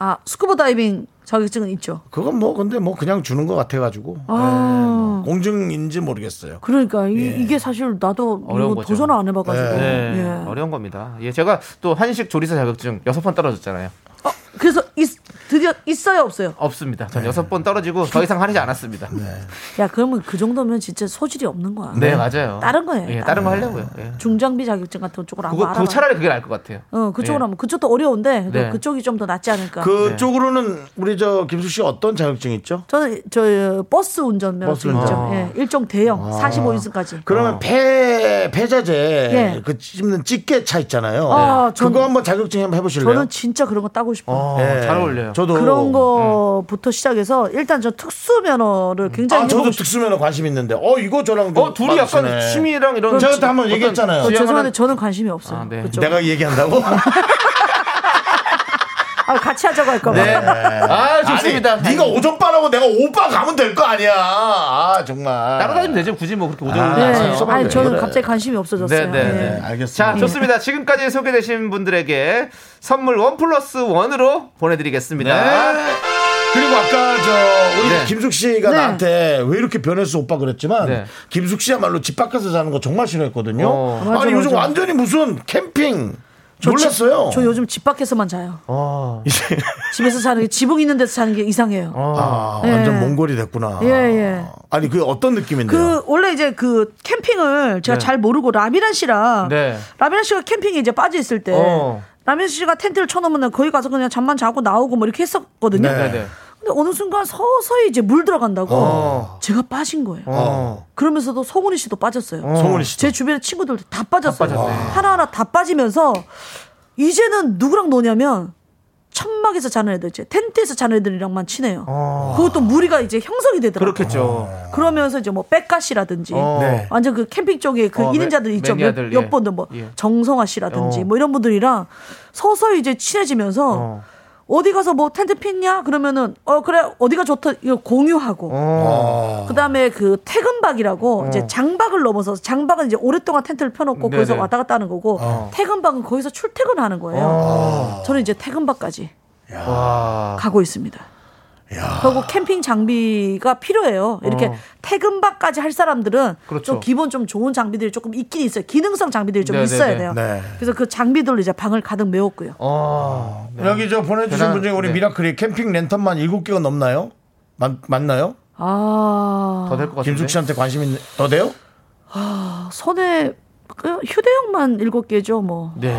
Speaker 6: 아, 스쿠버 다이빙 자격증은 있죠.
Speaker 1: 그건 뭐 근데 뭐 그냥 주는 것 같아가지고 네, 뭐 공증인지 모르겠어요.
Speaker 6: 그러니까 이, 게 사실 나도
Speaker 2: 어려운
Speaker 6: 이거
Speaker 2: 거죠.
Speaker 6: 도전을 안 해봐가지고.
Speaker 2: 예. 네,
Speaker 6: 예.
Speaker 2: 어려운 겁니다. 예, 제가 또 한식 조리사 자격증 여섯 번 떨어졌잖아요.
Speaker 6: 어, 그래서 있- 드디어 있어요, 없어요?
Speaker 2: 없습니다. 네. 전 여섯 번 떨어지고 더 이상 하지 않았습니다.
Speaker 6: 야, 그러면 그 정도면 진짜 소질이 없는 거야.
Speaker 2: 네, 맞아요.
Speaker 6: 다른 거예요,
Speaker 2: 예, 다른
Speaker 6: 다른
Speaker 2: 거 하려고요. 예.
Speaker 6: 중장비 자격증 같은 쪽으로
Speaker 2: 그거,
Speaker 6: 한번
Speaker 2: 그거
Speaker 6: 알아봐.
Speaker 2: 차라리 그게 나을 것 같아요.
Speaker 6: 어, 그쪽으로
Speaker 2: 예.
Speaker 6: 하면 그쪽도 어려운데
Speaker 2: 네.
Speaker 6: 그쪽이 좀 더 낫지 않을까.
Speaker 1: 네. 그쪽으로는 우리 저 김숙 씨 어떤 자격증 있죠?
Speaker 6: 저는 저 버스 운전 면허증
Speaker 1: 버스 아.
Speaker 6: 있죠. 예, 일종 대형 45인승까지.
Speaker 1: 그러면
Speaker 2: 어.
Speaker 1: 폐 폐자재
Speaker 6: 예.
Speaker 1: 그 찝는 찌개 차 있잖아요.
Speaker 6: 아, 전-
Speaker 1: 그거 한번 자격증 한번 해보실래요?
Speaker 6: 저는 진짜 그런 거 따고 싶어요.
Speaker 2: 어,
Speaker 1: 예.
Speaker 2: 잘 어울려요.
Speaker 1: 저도 음.
Speaker 6: 그런 거부터 시작해서 일단 저 특수 면허를 굉장히
Speaker 1: 아 저도
Speaker 6: 해보고 싶-
Speaker 1: 특수면허 관심 있는데 어 이거 저랑 좀
Speaker 2: 어, 둘이 약간
Speaker 1: 맞으시네.
Speaker 2: 취미랑 이런
Speaker 1: 제가 또 한번
Speaker 2: 어떤
Speaker 1: 얘기했잖아요.
Speaker 6: 어,
Speaker 2: 지향하는-
Speaker 6: 죄송한데 저는 관심이 없어요.
Speaker 2: 아, 네.
Speaker 6: 그쪽.
Speaker 1: 내가 얘기한다고?
Speaker 6: 아, 같이 하자고 할까 봐.
Speaker 2: 네. 아, 좋습니다.
Speaker 1: 아니, 네가 오전빠라고 내가 오빠 가면 될 거 아니야. 아 정말.
Speaker 2: 따로 다니면 되죠. 굳이 뭐 그렇게 오정을
Speaker 1: 아,
Speaker 6: 네.
Speaker 1: 아,
Speaker 6: 아니
Speaker 1: 그래.
Speaker 6: 저는
Speaker 1: 그래.
Speaker 6: 갑자기 관심이
Speaker 2: 네,
Speaker 6: 없어졌어요.
Speaker 2: 네,
Speaker 6: 예.
Speaker 1: 네, 알겠습니다.
Speaker 2: 자, 좋습니다. 지금까지 소개되신 분들에게 선물 원 플러스 원으로 보내드리겠습니다.
Speaker 1: 네. 그리고 아까 저 우리
Speaker 2: 네.
Speaker 1: 김숙 씨가
Speaker 6: 네.
Speaker 1: 나한테 왜 이렇게 변했어 오빠 그랬지만
Speaker 2: 네.
Speaker 1: 김숙 씨야말로 집 밖에서 자는 거 정말 싫어했거든요.
Speaker 2: 어.
Speaker 1: 아니
Speaker 6: 맞아,
Speaker 1: 요즘
Speaker 6: 맞아.
Speaker 1: 완전히 무슨 캠핑
Speaker 6: 저 집-
Speaker 1: 놀랐어요.
Speaker 6: 저 요즘 집 밖에서만 자요.
Speaker 2: 어,
Speaker 1: 이제
Speaker 6: 집에서 자는 게 지붕 있는 데서 자는 게 이상해요.
Speaker 1: 아,
Speaker 6: 예.
Speaker 1: 완전 몽골이 됐구나.
Speaker 6: 예, 예.
Speaker 1: 아니 그 어떤 느낌인데요?
Speaker 6: 그 원래 이제 그 캠핑을 제가
Speaker 2: 네.
Speaker 6: 잘 모르고 라미란 씨랑
Speaker 2: 네.
Speaker 6: 라미란 씨가 캠핑에 이제 빠져 있을 때
Speaker 2: 어.
Speaker 6: 라미란 씨가 텐트를 쳐놓으면 거기 가서 그냥 잠만 자고 나오고 뭐 이렇게 했었거든요.
Speaker 1: 네.
Speaker 2: 네, 네.
Speaker 6: 근데 어느 순간 서서히 이제 물 들어간다고
Speaker 2: 어.
Speaker 6: 제가 빠진 거예요.
Speaker 2: 어.
Speaker 6: 그러면서도 송은이 씨도 빠졌어요.
Speaker 1: 송은이 씨도.
Speaker 6: 제 주변에 친구들도 다 빠졌어요.
Speaker 2: 빠졌네.
Speaker 6: 하나하나 다 빠지면서 이제는 누구랑 노냐면 천막에서 자는 애들 이제 텐트에서 자는 애들이랑만 친해요. 그것도 무리가 이제 형성이 되더라고요.
Speaker 2: 그렇겠죠.
Speaker 6: 그러면서 이제 뭐 백가시라든지
Speaker 2: 네. 어.
Speaker 1: 네.
Speaker 6: 완전 그 캠핑쪽에 그
Speaker 2: 어,
Speaker 6: 일 1인자들
Speaker 2: 매-
Speaker 6: 있죠. 몇,
Speaker 2: 매니아들, 예.
Speaker 6: 몇 번도 뭐
Speaker 2: 예.
Speaker 6: 정성아 씨라든지
Speaker 2: 어.
Speaker 6: 뭐 이런 분들이랑 서서히 이제 친해지면서
Speaker 2: 어.
Speaker 6: 어. 디 가서 뭐 텐트 폈냐? 그러면은 어 그래 어디가 좋다 이거 공유하고
Speaker 1: 어.
Speaker 6: 그다음에 그
Speaker 2: 어.
Speaker 6: 태근박이라고 이제 장박을 넘어서 장박은 이제 오랫동안 텐트를 펴놓고 거기서
Speaker 2: 음, 네네. 어.
Speaker 6: 왔다 갔다 하는 거고 태근박은 거기서 출퇴근하는 거예요. 저는 이제 태근박까지
Speaker 2: 아.
Speaker 6: 가고 있습니다. 결국 캠핑 장비가 필요해요. 이렇게 태근박까지 할 사람들은 좀
Speaker 2: 어. 그렇죠.
Speaker 6: 기본 좀 좋은 장비들이 조금 있긴 있어요. 기능성 장비들이 좀
Speaker 2: 네네네.
Speaker 6: 있어야 돼요.
Speaker 1: 네.
Speaker 6: 그래서 그 장비들로 이제 방을 가득 메웠고요.
Speaker 2: 어. 네.
Speaker 1: 여기 저 보내주신
Speaker 2: 대단-
Speaker 1: 분 중에 우리
Speaker 2: 네.
Speaker 1: 미라클이 캠핑 렌턴만 7개가 넘나요? 맞, 맞나요?
Speaker 6: 아,
Speaker 2: 더될 것 같은데.
Speaker 1: 김숙 씨한테 관심 있는 더 돼요?
Speaker 6: 손에 그 휴대용만 일곱 개죠, 뭐.
Speaker 2: 네.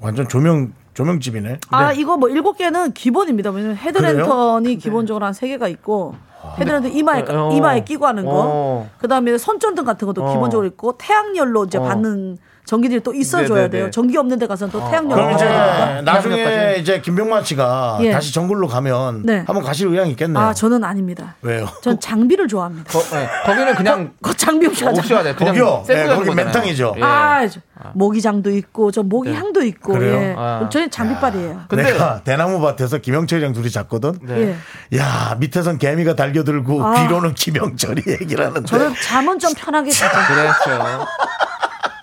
Speaker 1: 완전 조명 조명집이네.
Speaker 6: 아 이거 뭐 일곱 개는 기본입니다. 왜냐면 헤드랜턴이 기본적으로 한 세 개가 있고 헤드랜턴 이마에
Speaker 2: 어, 어.
Speaker 6: 이마에 끼고 하는 거.
Speaker 2: 어.
Speaker 6: 그다음에 손전등 같은 것도
Speaker 2: 어.
Speaker 6: 기본적으로 있고 태양열로 이제
Speaker 2: 어.
Speaker 6: 받는 전기들이 또 있어줘야
Speaker 2: 네, 네,
Speaker 6: 돼요.
Speaker 2: 네.
Speaker 6: 전기 없는 데 가서는 또 태양열로.
Speaker 1: 그럼 이제
Speaker 6: 받아야 되니까.
Speaker 1: 나중에
Speaker 2: 양력까지.
Speaker 1: 이제 김병만 씨가
Speaker 6: 예.
Speaker 1: 다시 정글로 가면
Speaker 6: 네.
Speaker 1: 한번 가실 의향 있겠네요.
Speaker 6: 아 저는 아닙니다.
Speaker 1: 왜요?
Speaker 6: 전 장비를 좋아합니다.
Speaker 2: 거, 네. 거기는 그냥
Speaker 6: 그 장비 없이 가자.
Speaker 2: 옵셔야 돼. 그냥
Speaker 1: 거기요?
Speaker 2: 셀프
Speaker 1: 네,
Speaker 2: 가는
Speaker 1: 거기
Speaker 2: 거잖아요.
Speaker 1: 맨땅이죠.
Speaker 2: 아- 예.
Speaker 6: 아 저- 모기장도 있고 저 모기향도 있고
Speaker 1: 그래요?
Speaker 6: 예.
Speaker 2: 아.
Speaker 6: 저는 장비빨이에요.
Speaker 2: 근데
Speaker 1: 내가 대나무 밭에서 김영철이랑 둘이 잤거든.
Speaker 2: 네.
Speaker 6: 예.
Speaker 1: 야 밑에선 개미가 달겨들고
Speaker 6: 아.
Speaker 1: 귀로는 김영철이 얘기를 하는데.
Speaker 6: 저는 잠은 좀 편하게 자죠.
Speaker 2: 그렇죠.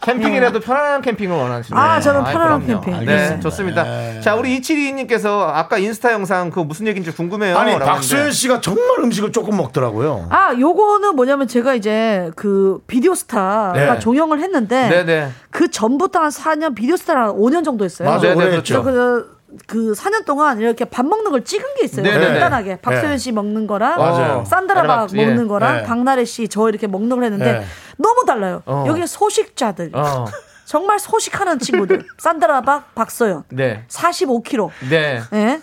Speaker 2: 캠핑이라도 편안한 캠핑을 원하시네요.
Speaker 6: 음. 아, 저는 편안한
Speaker 2: 그럼요.
Speaker 6: 캠핑.
Speaker 2: 네,
Speaker 6: 알겠습니다.
Speaker 2: 좋습니다. 자, 우리 2722님께서 아까 인스타 영상 어, 그거 무슨 얘기인지 궁금해요.
Speaker 1: 아니
Speaker 2: 라고
Speaker 1: 박수현
Speaker 2: 했는데.
Speaker 1: 씨가 정말 음식을 조금 먹더라고요.
Speaker 6: 아, 요거는 뭐냐면 제가 이제 그 비디오스타가
Speaker 1: 네.
Speaker 6: 종영을 했는데
Speaker 2: 네네.
Speaker 6: 그 전부터 한 4년 비디오스타를 한 5년 정도 했어요.
Speaker 1: 맞아요,
Speaker 2: 네, 네,
Speaker 1: 오래
Speaker 2: 그렇죠.
Speaker 1: 했죠.
Speaker 6: 그래서 그 4년 동안 이렇게 밥 먹는 걸 찍은 게 있어요.
Speaker 2: 네, 네, 네.
Speaker 6: 간단하게 박소연
Speaker 1: 네.
Speaker 6: 씨 먹는 거랑 어,
Speaker 2: 맞아요.
Speaker 6: 산드라박
Speaker 2: 예.
Speaker 6: 먹는 거랑
Speaker 1: 네.
Speaker 6: 박나래 씨 저 이렇게 먹는 걸 했는데
Speaker 1: 네.
Speaker 6: 너무 달라요.
Speaker 2: 어.
Speaker 6: 여기 소식자들
Speaker 2: 어.
Speaker 6: 정말 소식하는 친구들 산드라박 박소연
Speaker 2: 네.
Speaker 6: 45kg.
Speaker 2: 네.
Speaker 6: 예.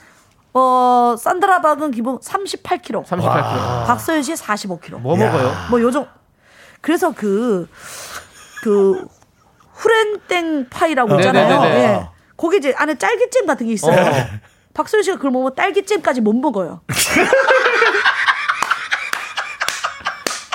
Speaker 6: 어 산드라박은 기본 38kg.
Speaker 2: 38kg.
Speaker 6: 박소연 씨 45kg.
Speaker 2: 뭐 먹어요?
Speaker 6: 뭐 요정 그래서 그 그 후렌땡 파이라고 있잖아요.
Speaker 2: 네네네네.
Speaker 6: 예. 거기 이제 안에 딸기잼 같은 게 있어요. 박소연 씨가 그걸 먹으면 딸기잼까지 못 먹어요.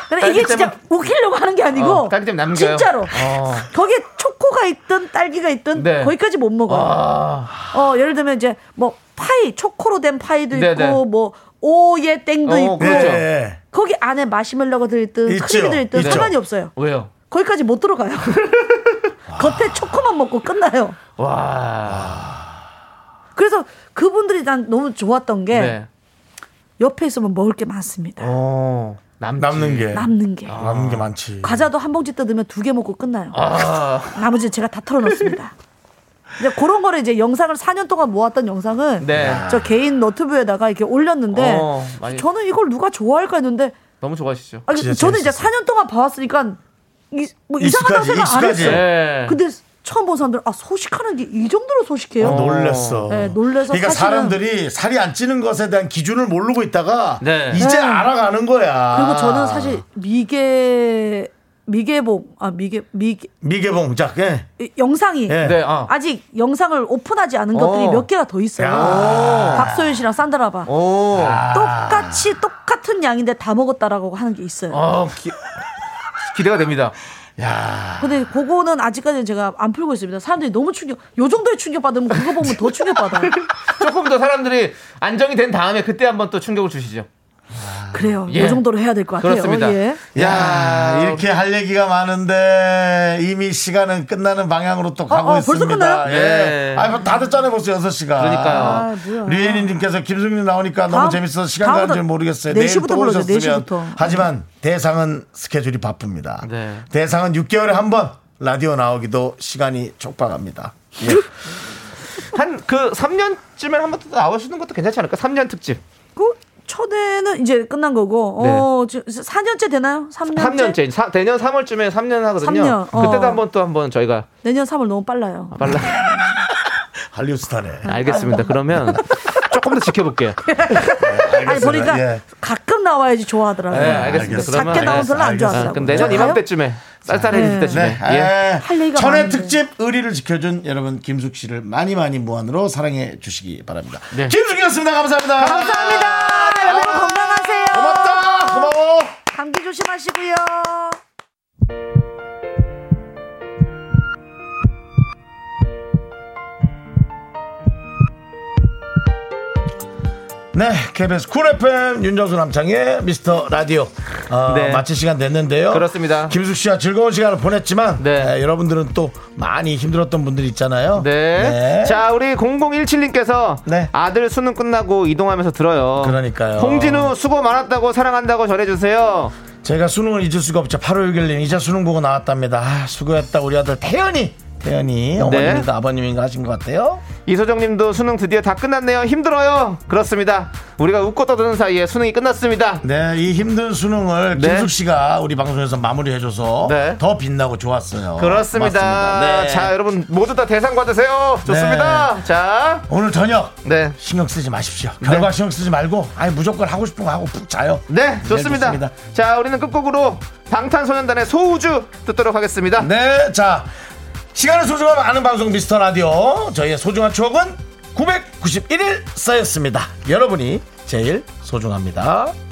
Speaker 6: 근데 이게
Speaker 2: 딸기
Speaker 6: 진짜
Speaker 2: 때문에-
Speaker 6: 웃기려고 하는 게 아니고
Speaker 2: 어, 딸기 때문에 남겨요.
Speaker 6: 진짜로
Speaker 2: 어.
Speaker 6: 거기에 초코가 있든 딸기가 있든
Speaker 2: 네.
Speaker 6: 거기까지 못 먹어요.
Speaker 2: 아,
Speaker 6: 어, 예를 들면 이제 뭐 파이 초코로 된 파이도 있고
Speaker 2: 네, 네.
Speaker 6: 뭐 오의 땡도
Speaker 2: 어,
Speaker 6: 있고
Speaker 2: 그렇죠.
Speaker 1: 예.
Speaker 6: 거기 안에 마시멜로가 들든
Speaker 1: 있죠.
Speaker 6: 크림이 들든
Speaker 1: 있죠.
Speaker 6: 상관이 없어요.
Speaker 2: 왜요?
Speaker 6: 거기까지 못 들어가요. 겉에 초코만 먹고 끝나요.
Speaker 2: 와.
Speaker 6: 그래서 그분들이 난 너무 좋았던 게
Speaker 2: 네.
Speaker 6: 옆에 있으면 먹을 게 많습니다.
Speaker 2: 어. 남
Speaker 1: 남는 게
Speaker 6: 남는 게
Speaker 1: 남는 게 많지.
Speaker 6: 과자도 한 봉지 뜯으면 두 개 먹고 끝나요.
Speaker 2: 아.
Speaker 6: 나머지는 제가 다 털어놓습니다. 이제 그런 거를 이제 영상을 4년 동안 모았던 영상을
Speaker 2: 네.
Speaker 6: 저 개인 너튜브에다가 이렇게 올렸는데
Speaker 2: 어, 많이-
Speaker 6: 저는 이걸 누가 좋아할까 했는데
Speaker 2: 너무 좋아하시죠?
Speaker 6: 아니, 그
Speaker 1: 진짜
Speaker 6: 저는 이제
Speaker 1: 재밌었어요.
Speaker 6: 4년 동안 봐왔으니까 이, 뭐 이상하다고
Speaker 1: 익숙하지,
Speaker 6: 생각 안
Speaker 1: 익숙하지.
Speaker 6: 했어요.
Speaker 2: 네.
Speaker 6: 근데 처음 본 사람들 아 소식하는 게 이 정도로 소식해요?
Speaker 1: 어, 놀랬어.
Speaker 6: 네, 놀래서
Speaker 1: 그러니까
Speaker 6: 사실은-
Speaker 1: 사람들이 살이 안 찌는 것에 대한 기준을 모르고 있다가
Speaker 2: 네.
Speaker 1: 이제 알아가는 거야.
Speaker 6: 그리고 저는 사실 미개 미개봉 아 미개 미개
Speaker 1: 미개봉 자, 예.
Speaker 6: 이- 영상이
Speaker 1: 예.
Speaker 2: 네. 아.
Speaker 6: 아직 영상을 오픈하지 않은 것들이
Speaker 2: 어.
Speaker 6: 몇 개가 더 있어요.
Speaker 1: 야.
Speaker 6: 박소연 씨랑 산드라바
Speaker 2: 오.
Speaker 6: 똑같이 똑같은 양인데 다 먹었다라고 하는 게 있어요.
Speaker 2: 어, 기... 기대가 됩니다.
Speaker 6: 근데 그거는 아직까지는 제가 안 풀고 있습니다. 사람들이 너무 충격, 요 정도의 충격 받으면 그거 보면 더 충격 받아요.
Speaker 2: 조금 더 사람들이 안정이 된 다음에 그때 한번 또 충격을 주시죠.
Speaker 6: 아, 그래요.
Speaker 2: 예.
Speaker 6: 요 정도로 해야 될 것 같아요.
Speaker 2: 그렇습니다.
Speaker 6: 예.
Speaker 1: 야, 이렇게 할 얘기가 많은데 이미 시간은 끝나는 방향으로
Speaker 2: 아,
Speaker 1: 또 가고
Speaker 6: 어, 벌써
Speaker 1: 있습니다.
Speaker 6: 끝나요?
Speaker 1: 예.
Speaker 2: 네.
Speaker 1: 아, 다 됐잖아요, 벌써 6시가.
Speaker 2: 그러니까요.
Speaker 6: 아, 뭐야.
Speaker 1: 류혜린 님께서 김승민 나오니까 너무
Speaker 6: 다음-
Speaker 1: 재밌어서 시간
Speaker 6: 다음부터
Speaker 1: 가는 줄 모르겠어요.
Speaker 6: 네
Speaker 1: 내일
Speaker 6: 시부터
Speaker 1: 또
Speaker 6: 불러줘, 네
Speaker 1: 오셨으면.
Speaker 6: 시부터.
Speaker 1: 하지만 대상은 스케줄이 바쁩니다.
Speaker 2: 네.
Speaker 1: 대상은 6개월에 한 번 라디오 나오기도 시간이 촉박합니다. 예.
Speaker 2: 한 그 3년쯤에 한 번 더 나오시는 것도 괜찮지 않을까? 3년 특집.
Speaker 6: 그 초대는 이제 끝난 거고, 어, 지금 4년째 되나요? 3년째?
Speaker 2: 네. 3년째. 사, 내년 3월쯤에 3년 하거든요.
Speaker 6: 3년, 어.
Speaker 2: 그때도 한번 또 한번 저희가
Speaker 6: 내년 3월 너무 빨라요.
Speaker 2: 빨라.
Speaker 1: 한류 스타네.
Speaker 2: 알겠습니다. 그러면 조금 더 지켜볼게요.
Speaker 6: 그렇죠. 아니, 보니까
Speaker 1: 예.
Speaker 6: 가끔 나와야지 좋아하더라고요.
Speaker 2: 네, 알겠습니다.
Speaker 1: 알겠습니다.
Speaker 2: 그러면
Speaker 6: 작게 나오면 별로 안
Speaker 1: 알겠습니다.
Speaker 6: 좋아하더라고요.
Speaker 2: 그럼 내년
Speaker 6: 가요?
Speaker 2: 이맘때쯤에 쌀쌀해질
Speaker 6: 네.
Speaker 1: 네.
Speaker 2: 때쯤에. 예.
Speaker 1: 예.
Speaker 6: 할 얘기가
Speaker 1: 천혜
Speaker 6: 많은데.
Speaker 1: 특집 의리를 지켜준 여러분 김숙 씨를 많이 많이 무한으로 사랑해 주시기 바랍니다.
Speaker 2: 네.
Speaker 1: 김숙이었습니다. 감사합니다. 아,
Speaker 6: 감사합니다. 여러분 건강하세요.
Speaker 1: 고맙다. 고마워.
Speaker 6: 감기 조심하시고요.
Speaker 1: 네, KBS 쿨 FM 윤정수 남창의 미스터 라디오 어,
Speaker 2: 네.
Speaker 1: 마칠 시간 됐는데요.
Speaker 2: 그렇습니다.
Speaker 1: 김숙 씨와 즐거운 시간을 보냈지만
Speaker 2: 네.
Speaker 1: 에, 여러분들은 또 많이 힘들었던 분들이 있잖아요.
Speaker 2: 네. 자, 우리 0017님께서
Speaker 1: 네.
Speaker 2: 아들 수능 끝나고 이동하면서 들어요.
Speaker 1: 그러니까요.
Speaker 2: 홍진우 수고 많았다고 사랑한다고 전해주세요.
Speaker 1: 제가 수능을 잊을 수가 없죠. 8월6일님 이제 수능 보고 나왔답니다. 아, 수고했다 우리 아들 태연이. 태연이 어머님인가 아버님인가 하신 것 같아요.
Speaker 2: 이소정님도 수능 드디어 다 끝났네요. 힘들어요. 그렇습니다. 우리가 웃고 떠드는 사이에 수능이 끝났습니다.
Speaker 1: 네, 이 힘든 수능을
Speaker 2: 네.
Speaker 1: 김숙 씨가 우리 방송에서 마무리해줘서
Speaker 2: 네.
Speaker 1: 더 빛나고 좋았어요.
Speaker 2: 그렇습니다. 네.
Speaker 1: 고맙습니다. 네.
Speaker 2: 자, 여러분 모두 다 대상 받으세요. 좋습니다. 자,
Speaker 1: 오늘 저녁
Speaker 2: 네.
Speaker 1: 신경 쓰지 마십시오. 결과 신경 쓰지 말고 아예 무조건 하고 싶은 거 하고 푹 자요.
Speaker 2: 네, 좋습니다.
Speaker 1: 좋습니다.
Speaker 2: 자, 우리는 끝곡으로 방탄소년단의 소우주 듣도록 하겠습니다.
Speaker 1: 네, 자 시간을 소중함 아는 방송 미스터 라디오 저희의 소중한 추억은 991일 쌓였습니다. 여러분이 제일 소중합니다.